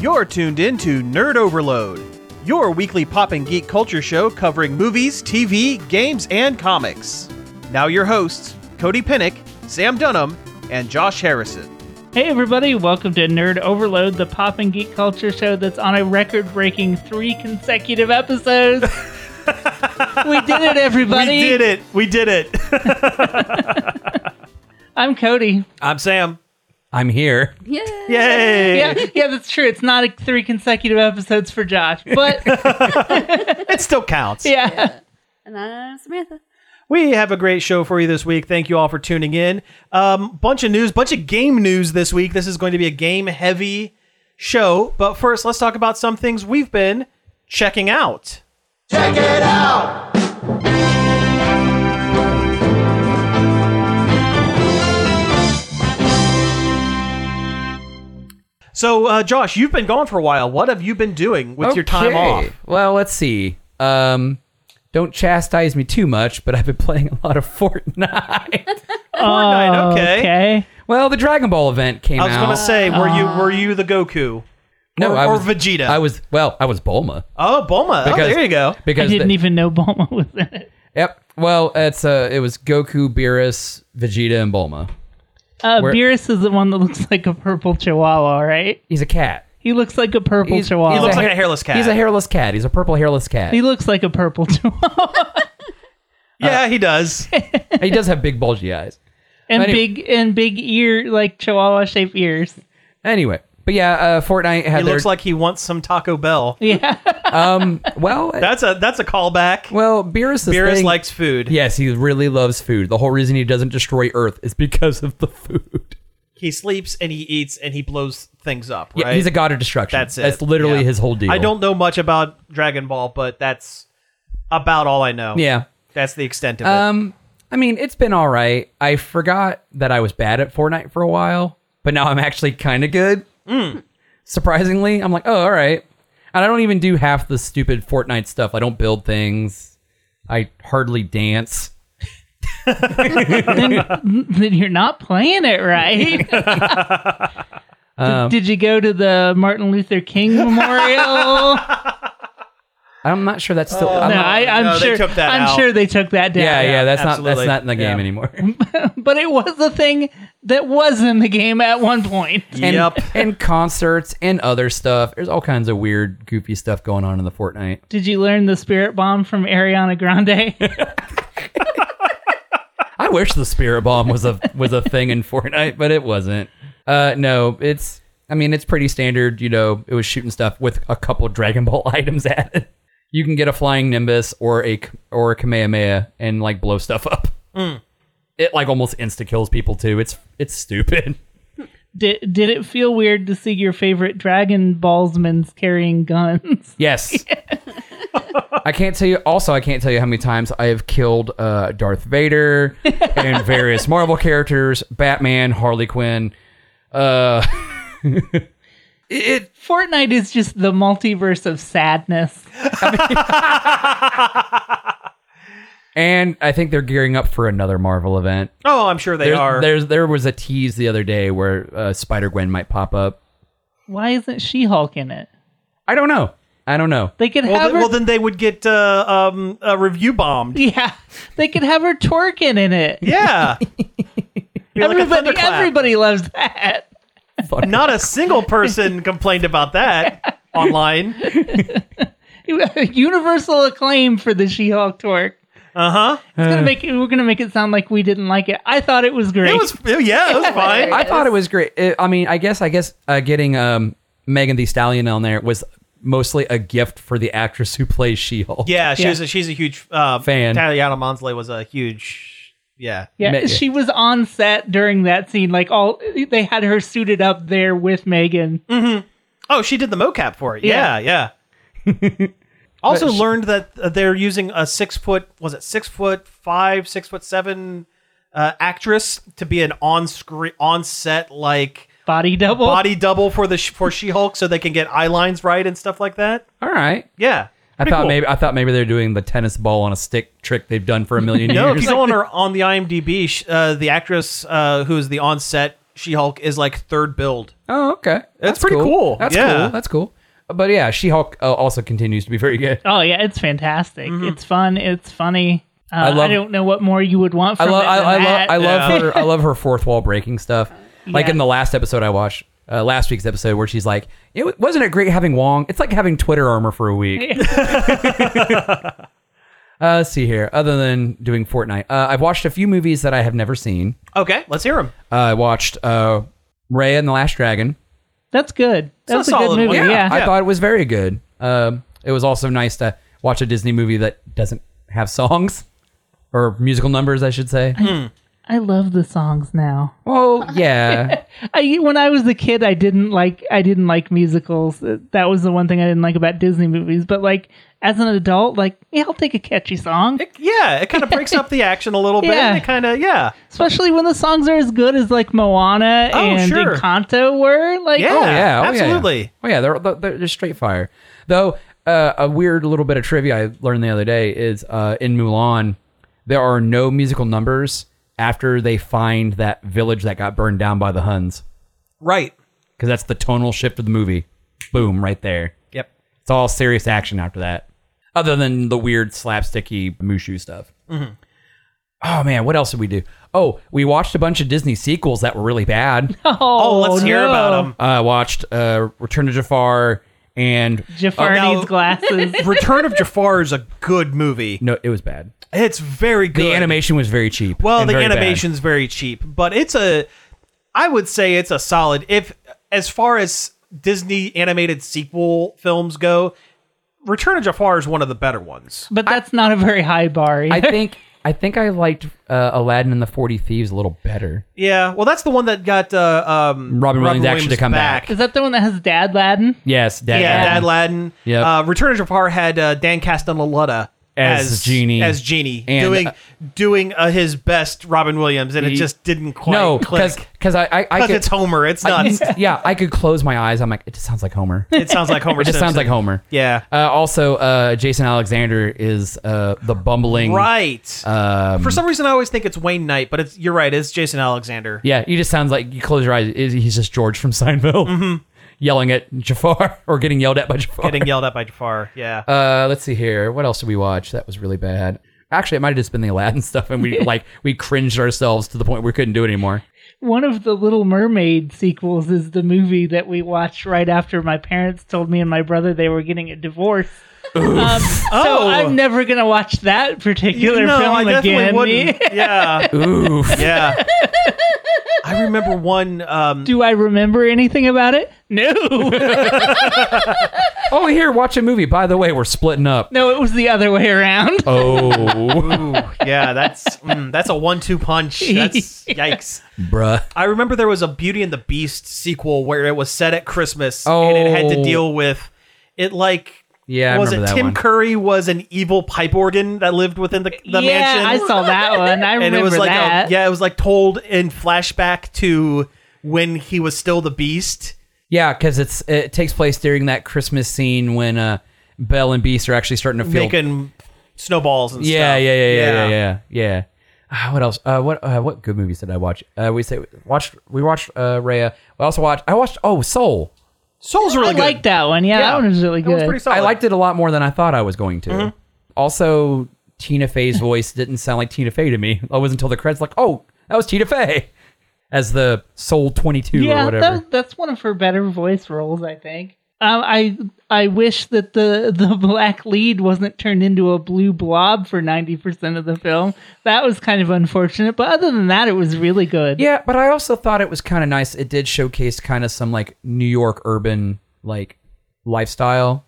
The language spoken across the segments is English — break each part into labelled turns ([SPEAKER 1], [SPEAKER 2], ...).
[SPEAKER 1] You're tuned in to Nerd Overload, your weekly pop and geek culture show covering movies, TV, games, and comics. Now, your hosts, Cody Pinnick, Sam Dunham, and Josh Harrison.
[SPEAKER 2] Hey everybody, welcome to Nerd Overload, the pop and geek culture show that's on a record-breaking three consecutive episodes. we did it, everybody.
[SPEAKER 1] We did it! We did it!
[SPEAKER 2] I'm Cody.
[SPEAKER 1] I'm Sam.
[SPEAKER 3] I'm here.
[SPEAKER 4] Yeah.
[SPEAKER 1] Yay!
[SPEAKER 2] Yeah, yeah, that's true. It's not a three consecutive episodes for Josh, but
[SPEAKER 1] It still counts.
[SPEAKER 2] yeah.
[SPEAKER 4] And I'm Samantha.
[SPEAKER 1] We have a great show for you this week. Thank you all for tuning in. Um, bunch of news, bunch of game news this week. This is going to be a game heavy show. But first, let's talk about some things we've been checking out. Check it out. So, uh, Josh, you've been gone for a while. What have you been doing with your time off?
[SPEAKER 3] Okay. Well, let's see. Um, don't chastise me too much, but I've been playing a lot of Fortnite.
[SPEAKER 1] Fortnite, okay.
[SPEAKER 2] Okay.
[SPEAKER 3] well, the Dragon Ball event came
[SPEAKER 1] I was
[SPEAKER 3] out.
[SPEAKER 1] going to say, were you were you the Goku?
[SPEAKER 3] no,
[SPEAKER 1] or,
[SPEAKER 3] I
[SPEAKER 1] or
[SPEAKER 3] was
[SPEAKER 1] Vegeta.
[SPEAKER 3] I was well, I was Bulma.
[SPEAKER 1] Oh, Bulma. oh,
[SPEAKER 3] Because-
[SPEAKER 1] there you go.
[SPEAKER 2] I
[SPEAKER 3] Because
[SPEAKER 2] didn't
[SPEAKER 3] the-
[SPEAKER 2] even know Bulma was in it.
[SPEAKER 3] Yep. Well, it's uh, it was Goku, Beerus, Vegeta, and Bulma.
[SPEAKER 2] Uh,
[SPEAKER 3] Where-
[SPEAKER 2] Beerus is the one that looks like a purple chihuahua, right?
[SPEAKER 3] He's a cat.
[SPEAKER 2] He looks like a purple
[SPEAKER 3] He's-
[SPEAKER 2] chihuahua.
[SPEAKER 1] He looks
[SPEAKER 3] a
[SPEAKER 1] like
[SPEAKER 3] hair-
[SPEAKER 1] a hairless cat.
[SPEAKER 3] He's a hairless cat. He's a purple hairless cat.
[SPEAKER 2] he looks like a purple chihuahua.
[SPEAKER 1] yeah,
[SPEAKER 3] uh,
[SPEAKER 1] he does.
[SPEAKER 3] he does have big bulgy eyes.
[SPEAKER 2] and
[SPEAKER 3] Anyway.
[SPEAKER 2] big and big ear like chihuahua shaped ears.
[SPEAKER 3] Anyway, but yeah, uh, Fortnite had
[SPEAKER 1] He
[SPEAKER 3] their
[SPEAKER 1] looks like he wants some Taco Bell.
[SPEAKER 2] Yeah.
[SPEAKER 3] um. Well,
[SPEAKER 1] That's a that's a callback.
[SPEAKER 3] well, Beerus.
[SPEAKER 1] Beerus
[SPEAKER 3] thing,
[SPEAKER 1] likes food.
[SPEAKER 3] Yes, he really loves food. The whole reason he doesn't destroy Earth is because of the food.
[SPEAKER 1] He sleeps and he eats and he blows things up.
[SPEAKER 3] Yeah,
[SPEAKER 1] Right.
[SPEAKER 3] he's a god of destruction.
[SPEAKER 1] that's it.
[SPEAKER 3] That's literally
[SPEAKER 1] Yeah.
[SPEAKER 3] his whole deal.
[SPEAKER 1] I don't know much about Dragon Ball, but that's about all I know.
[SPEAKER 3] Yeah.
[SPEAKER 1] That's the extent of it.
[SPEAKER 3] Um. I mean, it's been all right. I forgot that I was bad at Fortnite for a while, but now I'm actually kind of good.
[SPEAKER 1] Mm.
[SPEAKER 3] Surprisingly, I'm like, oh, all right. And I don't even do half the stupid Fortnite stuff. I don't build things. I hardly dance.
[SPEAKER 2] then you're not playing it right. Did-
[SPEAKER 3] Um,
[SPEAKER 2] Did you go to the Martin Luther King Memorial?
[SPEAKER 3] Oh, I'm not sure that's still. I'm
[SPEAKER 2] no,
[SPEAKER 3] not-
[SPEAKER 2] I, I'm
[SPEAKER 1] Oh, no, they
[SPEAKER 2] sure.
[SPEAKER 1] took that
[SPEAKER 2] I'm
[SPEAKER 1] out.
[SPEAKER 2] sure they took that down.
[SPEAKER 3] yeah, yeah,
[SPEAKER 1] yeah,
[SPEAKER 3] that's
[SPEAKER 1] absolutely.
[SPEAKER 3] not that's not in the game
[SPEAKER 1] Yeah.
[SPEAKER 3] anymore.
[SPEAKER 2] But it was a thing that was in the game at one point.
[SPEAKER 3] and,
[SPEAKER 1] yep.
[SPEAKER 3] and concerts and other stuff. There's all kinds of weird, goofy stuff going on in the Fortnite.
[SPEAKER 2] Did you learn the spirit bomb from Ariana Grande?
[SPEAKER 3] I wish the spirit bomb was a was a thing in Fortnite, but it wasn't. Uh, no, it's. I mean, it's pretty standard. You know, it was shooting stuff with a couple Dragon Ball items added. You can get a flying Nimbus or a or a Kamehameha and like blow stuff up. It like almost insta kills people too. It's it's stupid.
[SPEAKER 2] did Did it feel weird to see your favorite Dragon Ballsmans carrying guns?
[SPEAKER 3] Yes. I can't tell you. Also, I can't tell you how many times I have killed uh, Darth Vader and various Marvel characters, Batman, Harley Quinn. Uh, it
[SPEAKER 2] Fortnite is just the multiverse of sadness.
[SPEAKER 3] and I think they're gearing up for another Marvel event.
[SPEAKER 1] oh, I'm sure they
[SPEAKER 3] There's,
[SPEAKER 1] are.
[SPEAKER 3] There's there was a tease the other day where uh, Spider Gwen might pop up.
[SPEAKER 2] Why isn't She Hulk in it?
[SPEAKER 3] I don't know. I don't know.
[SPEAKER 2] They could
[SPEAKER 1] well,
[SPEAKER 2] have
[SPEAKER 1] th-
[SPEAKER 2] her.
[SPEAKER 1] well, then they would get uh, um, uh, review bombed.
[SPEAKER 2] yeah, they could have her twerking in it.
[SPEAKER 1] Yeah. Be like a
[SPEAKER 2] everybody,
[SPEAKER 1] thunderclap.
[SPEAKER 2] everybody loves that.
[SPEAKER 3] Fuck.
[SPEAKER 1] Not a single person complained about that online.
[SPEAKER 2] Universal acclaim for the She-Hulk twerk.
[SPEAKER 1] Uh huh.
[SPEAKER 2] It's gonna make it, we're gonna make it sound like we didn't like it. I thought it was great.
[SPEAKER 1] It was yeah, it was fine.
[SPEAKER 3] I thought it was great. It, I mean, I guess I guess uh, getting um, Megan the Stallion on there was mostly a gift for the actress who plays She-Hulk.
[SPEAKER 1] Yeah, she
[SPEAKER 2] Yeah.
[SPEAKER 1] was a, she's a huge uh,
[SPEAKER 3] Fan.
[SPEAKER 1] Tatiana Monsley was a huge yeah.
[SPEAKER 2] yeah,
[SPEAKER 3] Me-
[SPEAKER 2] she was on set during that scene. Like all they had her suited up there with Megan.
[SPEAKER 1] Oh, she did the mocap for it. Yeah,
[SPEAKER 2] Yeah.
[SPEAKER 1] yeah. also
[SPEAKER 3] But she-
[SPEAKER 1] learned that uh, they're using a six foot was it six foot five six foot seven uh, actress to be an on screen on set like
[SPEAKER 2] Body double.
[SPEAKER 1] body double for the sh- for She Hulk so they can get eye lines right and stuff like that.
[SPEAKER 3] All right.
[SPEAKER 1] Yeah.
[SPEAKER 3] I
[SPEAKER 1] Pretty
[SPEAKER 3] thought
[SPEAKER 1] cool.
[SPEAKER 3] maybe I thought maybe they're doing the tennis ball on a stick trick they've done for a million
[SPEAKER 1] No, if
[SPEAKER 3] years.
[SPEAKER 1] you go on her on the IMDb, sh- uh, the actress uh, who is the on set She Hulk is like third build.
[SPEAKER 3] Oh, okay. That's,
[SPEAKER 1] pretty cool.
[SPEAKER 3] That's
[SPEAKER 1] Yeah.
[SPEAKER 3] cool. That's cool. But yeah, She Hulk uh, also continues to be very good.
[SPEAKER 2] Oh yeah, it's fantastic.
[SPEAKER 1] Mm-hmm.
[SPEAKER 2] It's fun. It's funny. Uh, I,
[SPEAKER 3] love-
[SPEAKER 2] don't know what more you would want
[SPEAKER 3] I
[SPEAKER 2] from
[SPEAKER 3] love,
[SPEAKER 2] it
[SPEAKER 3] I,
[SPEAKER 2] than
[SPEAKER 3] I love,
[SPEAKER 2] that.
[SPEAKER 3] I love
[SPEAKER 1] Yeah.
[SPEAKER 3] her. I love her fourth wall breaking stuff. Like
[SPEAKER 2] Yeah.
[SPEAKER 3] in the last episode I watched, uh, last week's episode, where she's like, "It wa- wasn't it great having Wong? It's like having Twitter armor for a week." uh, let's see here. Other than doing Fortnite, uh, I've watched a few movies that I have never seen.
[SPEAKER 1] Okay, let's hear him.
[SPEAKER 3] Uh, I watched uh, Raya and the Last Dragon.
[SPEAKER 2] That's good.
[SPEAKER 1] a
[SPEAKER 2] That's a,
[SPEAKER 1] solid
[SPEAKER 2] good movie.
[SPEAKER 1] one. Yeah.
[SPEAKER 2] Yeah.
[SPEAKER 3] I thought it was very good. Um, it was also nice to watch a Disney movie that doesn't have songs or musical numbers, I should say.
[SPEAKER 2] I love the songs now.
[SPEAKER 3] well, yeah.
[SPEAKER 2] I when I was a kid, I didn't like I didn't like musicals. Uh, That was the one thing I didn't like about Disney movies. But like as an adult, like yeah, I'll take a catchy song,
[SPEAKER 1] It- yeah, it kind of breaks up the action a little bit.
[SPEAKER 2] Yeah.
[SPEAKER 1] And it kind of yeah.
[SPEAKER 2] especially when the songs are as good as like Moana
[SPEAKER 1] Oh,
[SPEAKER 2] and
[SPEAKER 1] sure.
[SPEAKER 2] Encanto were. Like
[SPEAKER 1] Yeah.
[SPEAKER 3] Oh yeah, oh, yeah.
[SPEAKER 1] absolutely.
[SPEAKER 3] Oh yeah, they're, they're they're straight fire. Though uh, a weird little bit of trivia I learned the other day is uh, in Mulan, there are no musical numbers after they find that village that got burned down by the Huns
[SPEAKER 1] Right.
[SPEAKER 3] because that's the tonal shift of the movie. Boom, right there.
[SPEAKER 1] Yep.
[SPEAKER 3] It's all serious action after that, other than the weird slapsticky Mushu stuff.
[SPEAKER 1] Mm-hmm.
[SPEAKER 3] Oh man, what else did we do? Oh, we watched a bunch of Disney sequels that were really bad. Uh,
[SPEAKER 2] oh,
[SPEAKER 1] Oh, let's hear
[SPEAKER 2] no.
[SPEAKER 1] about him.
[SPEAKER 3] I watched uh, Return to Jafar and
[SPEAKER 2] Jafar
[SPEAKER 1] Oh, no.
[SPEAKER 2] needs glasses.
[SPEAKER 1] Return of Jafar is a good movie.
[SPEAKER 3] no, it was bad.
[SPEAKER 1] It's very good.
[SPEAKER 3] The animation was very cheap.
[SPEAKER 1] Well,
[SPEAKER 3] and
[SPEAKER 1] the
[SPEAKER 3] very bad.
[SPEAKER 1] animation's very cheap, but it's a I would say it's a solid if as far as Disney animated sequel films go, Return of Jafar is one of the better ones.
[SPEAKER 2] but that's not a very high bar.
[SPEAKER 3] I
[SPEAKER 2] either.
[SPEAKER 3] think I think I liked uh, Aladdin and the Forty Thieves a little better.
[SPEAKER 1] Yeah, well that's the one that got uh, um
[SPEAKER 3] Robin Williams actually to come back.
[SPEAKER 2] Is that the one that has Dad Laden?
[SPEAKER 3] Yes, Dad.
[SPEAKER 1] Yeah,
[SPEAKER 3] Aladdin.
[SPEAKER 1] Dad Laden.
[SPEAKER 3] Yep.
[SPEAKER 1] Uh, Return of Jafar had uh, Dan Castellaneta
[SPEAKER 3] As Genie.
[SPEAKER 1] as Genie
[SPEAKER 3] And,
[SPEAKER 1] doing
[SPEAKER 3] uh,
[SPEAKER 1] doing uh, his best Robin Williams, and it
[SPEAKER 3] He-
[SPEAKER 1] just didn't quite
[SPEAKER 3] No,
[SPEAKER 1] click.
[SPEAKER 3] because because I I, I
[SPEAKER 1] Because
[SPEAKER 3] could,
[SPEAKER 1] it's Homer. It's
[SPEAKER 3] I-
[SPEAKER 1] nuts.
[SPEAKER 3] yeah, I could close my eyes. I'm like, it just sounds like Homer. It
[SPEAKER 1] it sounds like Homer.
[SPEAKER 3] just sounds
[SPEAKER 1] Simpson.
[SPEAKER 3] like Homer.
[SPEAKER 1] yeah.
[SPEAKER 3] Uh, also, uh, Jason Alexander is uh, the bumbling.
[SPEAKER 1] Right.
[SPEAKER 3] Um,
[SPEAKER 1] For some reason, I always think it's Wayne Knight, but it's you're right. It's Jason Alexander.
[SPEAKER 3] yeah, he just sounds like you close your eyes. is- He's just George from Seinfeld, yelling at Jafar or getting yelled at by Jafar.
[SPEAKER 1] Mm-hmm. Getting yelled at by Jafar. Yeah.
[SPEAKER 3] Uh, let's see here. What else did we watch? That was really bad. Actually, it might have just been the Aladdin stuff, and we like we cringed ourselves to the point we couldn't do it anymore.
[SPEAKER 2] One of the Little Mermaid sequels is the movie that we watched right after my parents told me and my brother they were getting a divorce. Um, so
[SPEAKER 1] Oh.
[SPEAKER 2] I'm never gonna watch that particular
[SPEAKER 1] no,
[SPEAKER 2] film
[SPEAKER 1] I definitely
[SPEAKER 2] again.
[SPEAKER 1] wouldn't. Yeah.
[SPEAKER 3] Oof.
[SPEAKER 1] Yeah. I remember one. Um,
[SPEAKER 2] Do I remember anything about it? No,
[SPEAKER 3] oh, here, watch a movie. By the way, we're splitting up.
[SPEAKER 2] no, it was the other way around.
[SPEAKER 3] Oh,
[SPEAKER 1] ooh, yeah, that's mm, that's a one-two punch. That's yikes.
[SPEAKER 3] bruh.
[SPEAKER 1] I remember there was a Beauty and the Beast sequel where it was set at Christmas and it had to
[SPEAKER 3] Oh.
[SPEAKER 1] deal with it. Like,
[SPEAKER 3] Yeah, I
[SPEAKER 1] was it
[SPEAKER 3] remember that
[SPEAKER 1] Tim
[SPEAKER 3] one.
[SPEAKER 1] Curry was an evil pipe organ that lived within the, the
[SPEAKER 2] yeah,
[SPEAKER 1] mansion?
[SPEAKER 2] I saw that one. I
[SPEAKER 1] and
[SPEAKER 2] remember
[SPEAKER 1] it was like
[SPEAKER 2] that.
[SPEAKER 1] A, yeah, it was like told in flashback to when he was still the Beast.
[SPEAKER 3] Yeah, because it's it takes place during that Christmas scene when uh, Belle and Beast are actually starting to feel.
[SPEAKER 1] making snowballs and
[SPEAKER 3] yeah, yeah,
[SPEAKER 1] stuff.
[SPEAKER 3] yeah, yeah, yeah, yeah, yeah. Ah, what else? Uh, what uh, what good movies did I watch? Uh, we say watched we watched uh, Raya. We also watched I watched oh Soul.
[SPEAKER 1] Soul's
[SPEAKER 2] I
[SPEAKER 1] really good.
[SPEAKER 2] like that one. Yeah,
[SPEAKER 1] Yeah.
[SPEAKER 2] that one was really
[SPEAKER 1] That was
[SPEAKER 2] good.
[SPEAKER 1] pretty solid.
[SPEAKER 3] I liked it a lot more than I thought I was going to. Also, Tina Fey's voice didn't sound like Tina Fey to me. I was until the credits like, oh, that was Tina Fey as the Soul 22 or
[SPEAKER 2] yeah,
[SPEAKER 3] whatever.
[SPEAKER 2] that, that's one of her better voice roles, I think. Um, I I wish that the the black lead wasn't turned into a blue blob for ninety percent of the film. That was kind of unfortunate, but other than that, it was really good.
[SPEAKER 3] yeah, but I also thought it was kind of nice. It did showcase kind of some like New York urban like lifestyle.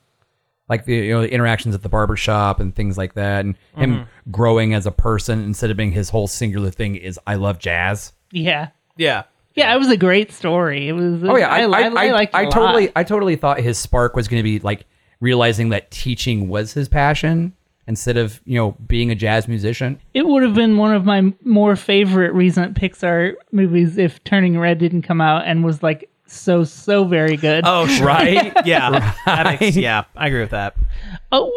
[SPEAKER 3] Like the you know the interactions at the barber shop and things like that, and him growing as a person instead of being his whole singular thing is I love jazz.
[SPEAKER 2] yeah,
[SPEAKER 1] Yeah.
[SPEAKER 2] yeah. It was a great story. It was.
[SPEAKER 3] Oh yeah, I
[SPEAKER 2] I,
[SPEAKER 3] I,
[SPEAKER 2] I, I liked it a lot.
[SPEAKER 3] totally I totally thought his spark was going to be like realizing that teaching was his passion instead of you know being a jazz musician.
[SPEAKER 2] It would have been one of my more favorite recent Pixar movies if Turning Red didn't come out and was like so so very good.
[SPEAKER 1] Oh, sure.
[SPEAKER 3] Right?
[SPEAKER 1] Yeah. That makes, yeah, I agree with that.
[SPEAKER 2] Oh,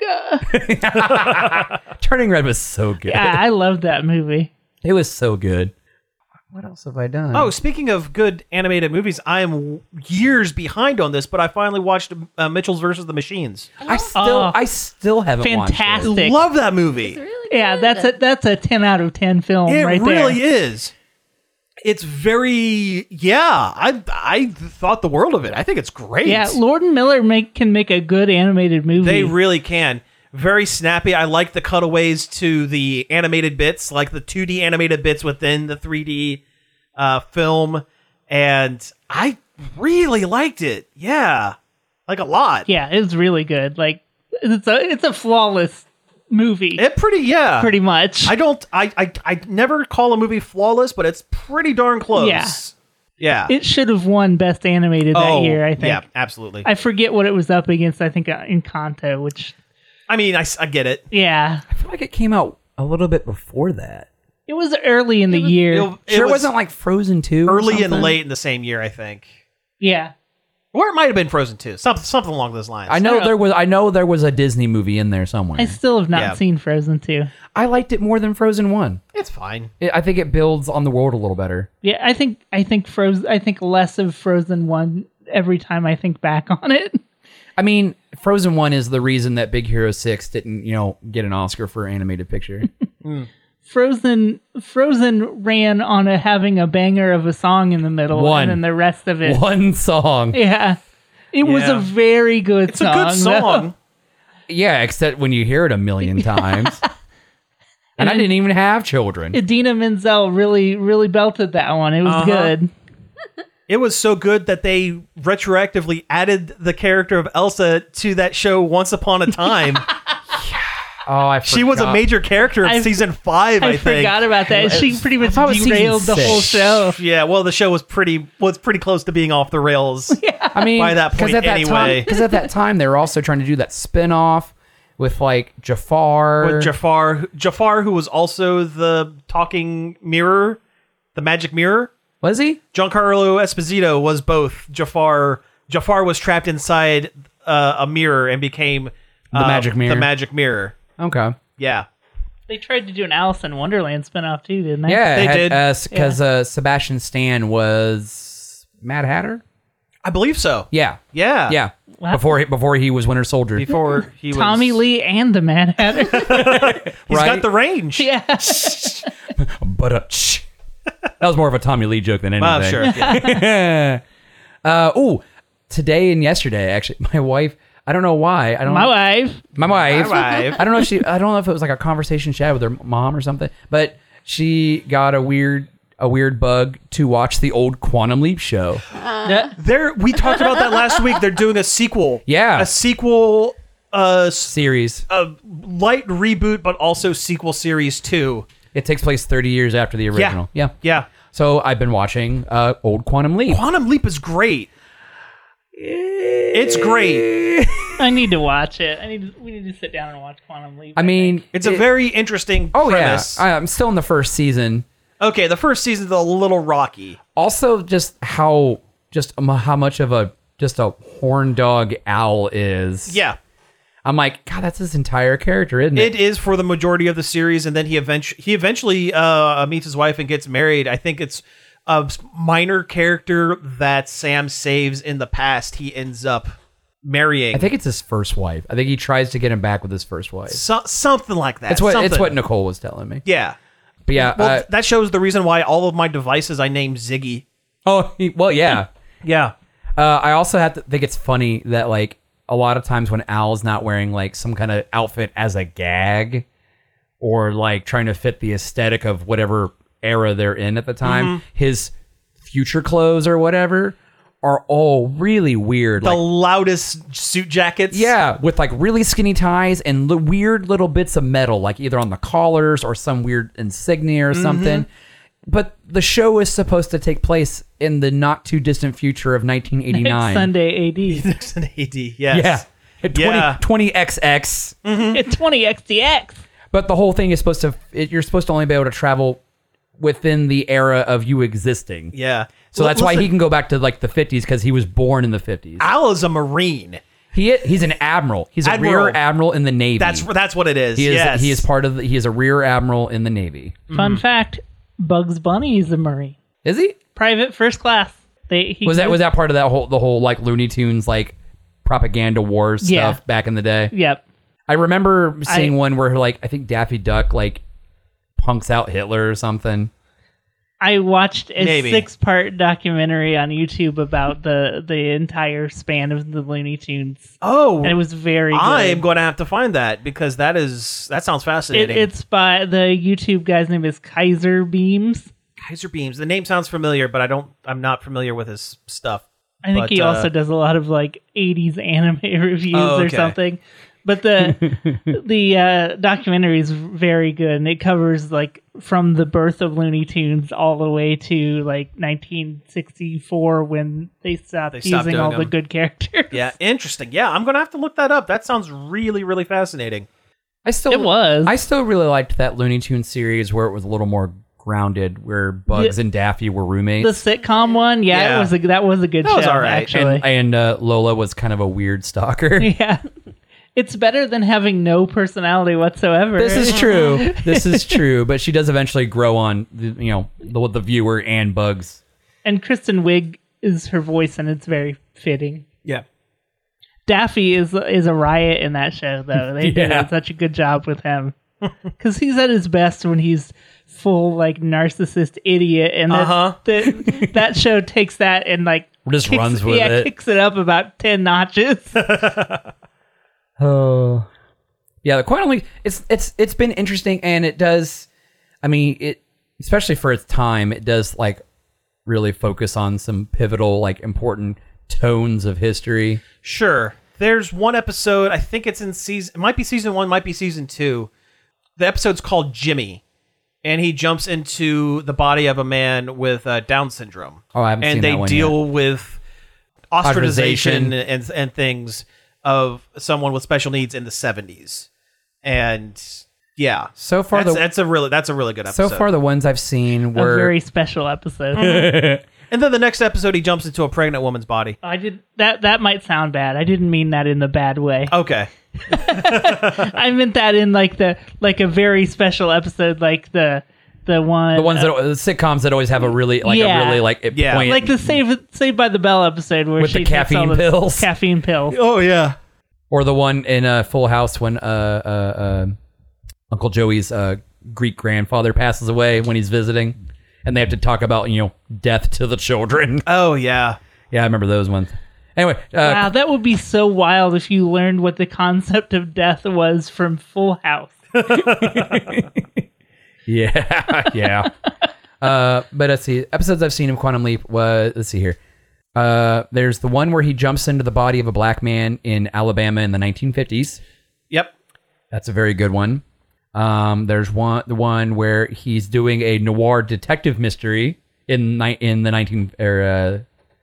[SPEAKER 2] wooga.
[SPEAKER 3] Turning Red was so good.
[SPEAKER 2] yeah, I loved that movie.
[SPEAKER 3] It was so good. What else have I done?
[SPEAKER 1] Oh, speaking of good animated movies, I am years behind on this, but I finally watched uh, Mitchell's versus the Machines.
[SPEAKER 3] I still,
[SPEAKER 2] Oh.
[SPEAKER 3] I still haven't
[SPEAKER 2] Fantastic.
[SPEAKER 3] Watched
[SPEAKER 2] Sick.
[SPEAKER 1] Love that movie.
[SPEAKER 4] Really
[SPEAKER 2] Yeah,
[SPEAKER 4] good.
[SPEAKER 2] that's a that's a ten out of ten film
[SPEAKER 1] It
[SPEAKER 2] right there.
[SPEAKER 1] really is. It's very yeah. I I thought the world of it. I think it's great.
[SPEAKER 2] Yeah, Lord and Miller make can make a good animated movie.
[SPEAKER 1] They really can. Very snappy. I like the cutaways to the animated bits, like the 2D animated bits within the 3D uh, film, and I really liked it. Yeah, like a lot.
[SPEAKER 2] yeah, it's really good. Like it's a it's a flawless movie,
[SPEAKER 1] It pretty yeah.
[SPEAKER 2] pretty much.
[SPEAKER 1] I don't. I, I I never call a movie flawless, but it's pretty darn close.
[SPEAKER 2] Yeah.
[SPEAKER 1] Yeah.
[SPEAKER 2] it should have won Best Animated that
[SPEAKER 1] Oh,
[SPEAKER 2] year. I think.
[SPEAKER 1] Yeah, absolutely.
[SPEAKER 2] I forget what it was up against. I think uh, Encanto, which
[SPEAKER 1] I mean, I, s- I get it.
[SPEAKER 2] yeah,
[SPEAKER 3] I feel like it came out a little bit before that.
[SPEAKER 2] it was early in the year.
[SPEAKER 1] It, it
[SPEAKER 3] sure,
[SPEAKER 1] was
[SPEAKER 3] was not like Frozen Two. or
[SPEAKER 1] early and
[SPEAKER 3] something?
[SPEAKER 1] late in the same year, I think,
[SPEAKER 2] yeah,
[SPEAKER 1] or it might have been Frozen Two, something something along those lines.
[SPEAKER 3] I know there was. I know there was a Disney movie in there somewhere.
[SPEAKER 2] I still have not
[SPEAKER 1] Yeah.
[SPEAKER 2] seen Frozen two.
[SPEAKER 3] I liked it more than Frozen One.
[SPEAKER 1] It's fine.
[SPEAKER 3] It, I think it builds on the world a little better.
[SPEAKER 2] Yeah, I think I think Frozen. I think less of Frozen one every time I think back on it.
[SPEAKER 3] I mean, Frozen One is the reason that Big Hero Six didn't, you know, get an Oscar for animated picture.
[SPEAKER 2] Frozen Frozen ran on a having a banger of a song in the middle
[SPEAKER 3] One.
[SPEAKER 2] and then the rest of it.
[SPEAKER 3] One song.
[SPEAKER 2] Yeah. It was
[SPEAKER 1] Yeah.
[SPEAKER 2] a very good
[SPEAKER 1] It's a
[SPEAKER 2] song.
[SPEAKER 1] good
[SPEAKER 2] though.
[SPEAKER 1] song.
[SPEAKER 3] Yeah, except when you hear it a million times. and I didn't even have children.
[SPEAKER 2] Idina Menzel really, really belted that one. It was
[SPEAKER 1] Uh-huh.
[SPEAKER 2] good.
[SPEAKER 1] It was so good that they retroactively added the character of Elsa to that show Once Upon a Time.
[SPEAKER 3] oh, I
[SPEAKER 1] she was a
[SPEAKER 3] forgot.
[SPEAKER 1] major character of
[SPEAKER 2] I-
[SPEAKER 1] season five, I,
[SPEAKER 2] I,
[SPEAKER 1] think.
[SPEAKER 2] forgot about that. She pretty much
[SPEAKER 3] thought it was season
[SPEAKER 2] derailed the
[SPEAKER 3] six.
[SPEAKER 2] whole show.
[SPEAKER 1] Yeah, well, the show was pretty was pretty close to being off the rails.
[SPEAKER 3] I mean,
[SPEAKER 1] by that point anyway.
[SPEAKER 3] Because at that time, they were also trying to do that spin off with like Jafar.
[SPEAKER 1] with Jafar, Jafar, who was also the talking mirror, the magic mirror.
[SPEAKER 3] was he?
[SPEAKER 1] Giancarlo Esposito was both Jafar. Jafar was trapped inside uh, a mirror and became uh, the
[SPEAKER 3] magic mirror.
[SPEAKER 1] The magic mirror.
[SPEAKER 3] Okay.
[SPEAKER 1] Yeah.
[SPEAKER 2] They tried to do an Alice in Wonderland spinoff too, didn't they?
[SPEAKER 3] Yeah,
[SPEAKER 1] They did.
[SPEAKER 3] Because uh, Sebastian Stan was Mad Hatter.
[SPEAKER 1] I believe so.
[SPEAKER 3] Yeah.
[SPEAKER 1] Yeah.
[SPEAKER 3] Yeah.
[SPEAKER 2] Wow.
[SPEAKER 3] Before he, before he was Winter Soldier.
[SPEAKER 1] Before he was
[SPEAKER 2] Tommy Lee and the Mad Hatter.
[SPEAKER 1] he's
[SPEAKER 3] right?
[SPEAKER 1] got the range.
[SPEAKER 2] yeah.
[SPEAKER 3] but uh, shh. that was more of a Tommy Lee joke than anything.
[SPEAKER 1] I'm sure. Yeah.
[SPEAKER 3] Uh, ooh, today and yesterday, actually, my wife. I don't know why. I don't.
[SPEAKER 2] My wife.
[SPEAKER 3] My wife.
[SPEAKER 1] My wife.
[SPEAKER 3] I don't know if she. I don't know if it was like a conversation she had with her mom or something. But she got a weird, a weird bug to watch the old Quantum Leap show.
[SPEAKER 1] There we talked about that last week. They're doing a sequel.
[SPEAKER 3] Yeah.
[SPEAKER 1] A sequel uh s-
[SPEAKER 3] Series.
[SPEAKER 1] a light reboot but also sequel series 2.
[SPEAKER 3] It takes place 30 years after the original. Yeah.
[SPEAKER 1] Yeah.
[SPEAKER 3] So I've been watching uh, old Quantum Leap.
[SPEAKER 1] Quantum Leap is great. It's great.
[SPEAKER 2] I need to watch it. I need. To, we need to sit down and watch Quantum Leap.
[SPEAKER 3] I mean,
[SPEAKER 1] It's a very interesting
[SPEAKER 3] oh
[SPEAKER 1] premise.
[SPEAKER 3] yeah, I, I'm still in the first season.
[SPEAKER 1] okay, the first season's a little rocky.
[SPEAKER 3] also just how just um, how much of a just a horn dog owl is
[SPEAKER 1] Yeah.
[SPEAKER 3] i'm like god that's his entire character isn't it,
[SPEAKER 1] It is for the majority of the series, and then he eventually he eventually uh, meets his wife and gets married. I think it's a s- minor character that Sam saves in the past. He ends up marrying
[SPEAKER 3] i think it's his first wife i think he tries to get him back with his first wife
[SPEAKER 1] so- something like that.
[SPEAKER 3] that's what it's
[SPEAKER 1] something.
[SPEAKER 3] what nicole was telling me
[SPEAKER 1] Yeah.
[SPEAKER 3] but yeah
[SPEAKER 1] Well,
[SPEAKER 3] uh,
[SPEAKER 1] th- that shows the reason why all of my devices I named Ziggy.
[SPEAKER 3] oh he, well yeah
[SPEAKER 1] Yeah.
[SPEAKER 3] uh, i also have to think it's funny that like a lot of times when owl's not wearing like some kind of outfit as a gag or like trying to fit the aesthetic of whatever era they're in at the time his future clothes or whatever are all really weird
[SPEAKER 1] The
[SPEAKER 3] like
[SPEAKER 1] loudest suit jackets.
[SPEAKER 3] yeah with like really skinny ties and li- weird little bits of metal like either on the collars or some weird insignia or
[SPEAKER 1] Mm-hmm.
[SPEAKER 3] something but the show is supposed to take place in the not too distant future of 1989
[SPEAKER 2] Sunday AD.
[SPEAKER 1] There's an AD. Yes.
[SPEAKER 3] yeah 20,
[SPEAKER 1] Yeah.
[SPEAKER 3] 20xx
[SPEAKER 2] it's twenty XDX.
[SPEAKER 3] But the whole thing is supposed to it, you're supposed to only be able to travel within the era of you existing.
[SPEAKER 1] Yeah.
[SPEAKER 3] So
[SPEAKER 1] L-
[SPEAKER 3] that's why he
[SPEAKER 1] listen,
[SPEAKER 3] can go back to like the 50s because he was born in the 50s.
[SPEAKER 1] Al is a Marine.
[SPEAKER 3] He he's an admiral. He's a
[SPEAKER 1] Admiral.
[SPEAKER 3] rear admiral in the navy.
[SPEAKER 1] That's that's what it is.
[SPEAKER 3] he is
[SPEAKER 1] yes.
[SPEAKER 3] he is part of the, he is a rear admiral in the navy.
[SPEAKER 2] Fun fact: Bugs Bunny is a Murray.
[SPEAKER 3] Is he?
[SPEAKER 2] Private first class. They he
[SPEAKER 3] Was that
[SPEAKER 2] goes-
[SPEAKER 3] was that part of that whole the whole like Looney Tunes like propaganda war stuff
[SPEAKER 2] Yeah.
[SPEAKER 3] back in the day?
[SPEAKER 2] Yep.
[SPEAKER 3] I remember seeing
[SPEAKER 2] I-
[SPEAKER 3] one where like I think Daffy Duck like punks out Hitler or something.
[SPEAKER 2] I watched a
[SPEAKER 1] Maybe.
[SPEAKER 2] six-part documentary on YouTube about the the entire span of the Looney Tunes,
[SPEAKER 1] Oh,
[SPEAKER 2] and it was very. good.
[SPEAKER 1] I'm going to have to find that because that is that sounds
[SPEAKER 2] It,
[SPEAKER 1] fascinating.
[SPEAKER 2] it's by the YouTube guy's name is Kaiser Beams.
[SPEAKER 1] Kaiser Beams. The name sounds familiar, but I don't. I'm not familiar with his stuff.
[SPEAKER 2] I think
[SPEAKER 1] But,
[SPEAKER 2] he
[SPEAKER 1] uh,
[SPEAKER 2] also does a lot of like '80s anime reviews
[SPEAKER 1] Oh,
[SPEAKER 2] or
[SPEAKER 1] okay.
[SPEAKER 2] something. But the the uh, documentary is very good, and it covers like from the birth of Looney Tunes all the way to like 1964 when they stopped
[SPEAKER 1] They stopped
[SPEAKER 2] using
[SPEAKER 1] doing
[SPEAKER 2] all the
[SPEAKER 1] them.
[SPEAKER 2] good characters.
[SPEAKER 1] Yeah, interesting. Yeah, I'm going to have to look that up. That sounds really, really fascinating.
[SPEAKER 3] I still
[SPEAKER 2] It was.
[SPEAKER 3] I still really liked that Looney Tunes series where it was a little more grounded, where Bugs and Daffy were
[SPEAKER 2] the
[SPEAKER 3] roommates,
[SPEAKER 2] sitcom one, yeah,
[SPEAKER 1] Yeah.
[SPEAKER 2] It was a, that was a good
[SPEAKER 1] That
[SPEAKER 2] show.
[SPEAKER 1] was all right.
[SPEAKER 2] actually.
[SPEAKER 3] and, and uh, Lola was kind of a weird stalker.
[SPEAKER 2] yeah, it's better than having no personality whatsoever.
[SPEAKER 3] This is true. This is true. But she does eventually grow on, the, you know, the, the viewer and Bugs.
[SPEAKER 2] and Kristen Wiig is her voice, and it's very fitting.
[SPEAKER 1] Yeah.
[SPEAKER 2] Daffy is is a riot in that show, though. They
[SPEAKER 3] Yeah.
[SPEAKER 2] did such a good job with him because he's at his best when he's full like narcissist idiot, and that
[SPEAKER 1] Uh-huh.
[SPEAKER 2] that, that show takes that and like
[SPEAKER 3] Just
[SPEAKER 2] kicks,
[SPEAKER 3] runs with
[SPEAKER 2] yeah,
[SPEAKER 3] it.
[SPEAKER 2] kicks it up about ten notches.
[SPEAKER 3] Oh, yeah. The Quantum Leap. It's it's it's been interesting, and it does. I mean, it especially for its time, it does like really focus on some pivotal, like important tones of history.
[SPEAKER 1] Sure. There's one episode, I think it's in season, it might be season one, might be season two. The episode's called Jimmy, and he jumps into the body of a man with uh, Down syndrome.
[SPEAKER 3] Oh, I haven't
[SPEAKER 1] And
[SPEAKER 3] seen
[SPEAKER 1] they
[SPEAKER 3] that one
[SPEAKER 1] deal with
[SPEAKER 3] Ostracization.
[SPEAKER 1] ostracization and, and things of someone with special needs in the 70s. And yeah.
[SPEAKER 3] So far,
[SPEAKER 1] that's,
[SPEAKER 3] the
[SPEAKER 1] that's a really that's a really good
[SPEAKER 3] so
[SPEAKER 1] episode.
[SPEAKER 3] far the ones I've seen
[SPEAKER 2] a
[SPEAKER 3] were
[SPEAKER 2] very special episode.
[SPEAKER 1] and then the next episode he jumps into a pregnant woman's body.
[SPEAKER 2] I did that. That might sound bad. I didn't mean that in the bad way.
[SPEAKER 1] Okay.
[SPEAKER 2] I meant that in like the like a very special episode, like the the one
[SPEAKER 3] the ones that the sitcoms that always have a really like a
[SPEAKER 2] Yeah.
[SPEAKER 3] really like it
[SPEAKER 1] Yeah.
[SPEAKER 3] point.
[SPEAKER 2] like the Save Saved by the Bell episode where
[SPEAKER 3] With the
[SPEAKER 2] she takes all
[SPEAKER 3] caffeine
[SPEAKER 2] the
[SPEAKER 3] pills.
[SPEAKER 2] Caffeine pills.
[SPEAKER 1] Oh yeah.
[SPEAKER 3] or the one in uh, Full House when uh, uh, uh, Uncle Joey's uh, Greek grandfather passes away when he's visiting, and they have to talk about you know death to the children.
[SPEAKER 1] Oh yeah.
[SPEAKER 3] Yeah, I remember those ones. Anyway, uh,
[SPEAKER 2] Wow, that would be so wild if you learned what the concept of death was from Full House.
[SPEAKER 3] yeah, yeah. uh, but let's see. Episodes I've seen of Quantum Leap was let's see here. Uh, there's the one where he jumps into the body of a black man in Alabama in the 1950s.
[SPEAKER 1] Yep.
[SPEAKER 3] That's a very good one. Um, there's one the one where he's doing a noir detective mystery in ni- in the 19 or uh,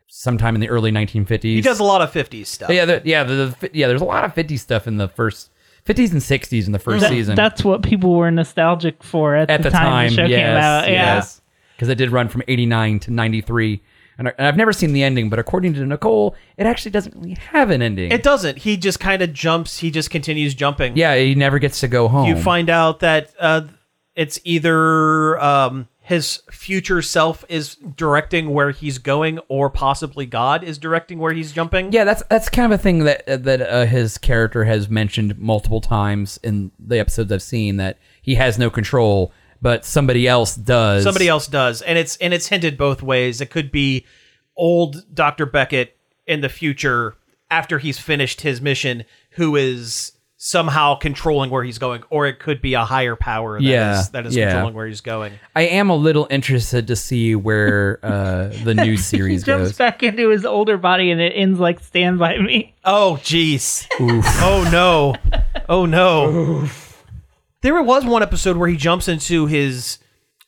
[SPEAKER 3] sometime in the early 1950s.
[SPEAKER 1] He does a lot of 50s stuff.
[SPEAKER 3] yeah, the, yeah, the, the, yeah. There's a lot of 50s stuff in the first 50s and 60s in the first
[SPEAKER 2] That-
[SPEAKER 3] season.
[SPEAKER 2] That's what people were nostalgic for at,
[SPEAKER 3] at the time,
[SPEAKER 2] the show
[SPEAKER 3] yes,
[SPEAKER 2] came out. Yeah.
[SPEAKER 3] yes, because it did run from 89 to 93. And I- and I've never seen the ending, but according to Nicole, it actually doesn't really have an ending.
[SPEAKER 1] It doesn't. He just kind of jumps. He just continues jumping.
[SPEAKER 3] yeah, Oh. he never gets to go home.
[SPEAKER 1] You find out that uh, it's either um, his future self is directing where he's going, or possibly God is directing where he's jumping.
[SPEAKER 3] Yeah, that's that's kind of a thing that that uh, his character has mentioned multiple times in the episodes I've seen that he has no control, but somebody else does.
[SPEAKER 1] Somebody else does, and it's and it's hinted both ways. It could be old Doctor Beckett in the future after he's finished his mission, who is somehow controlling where he's going, or it could be a higher power that is
[SPEAKER 3] Yeah,
[SPEAKER 1] that is
[SPEAKER 3] yeah.
[SPEAKER 1] controlling where he's going.
[SPEAKER 3] I am a little interested to see where uh, the new
[SPEAKER 2] He
[SPEAKER 3] series
[SPEAKER 2] jumps
[SPEAKER 3] goes.
[SPEAKER 2] back into his older body and it ends like Stand By Me.
[SPEAKER 1] Oh, jeez. Oh, no. Oh, no. There was one episode where he jumps into his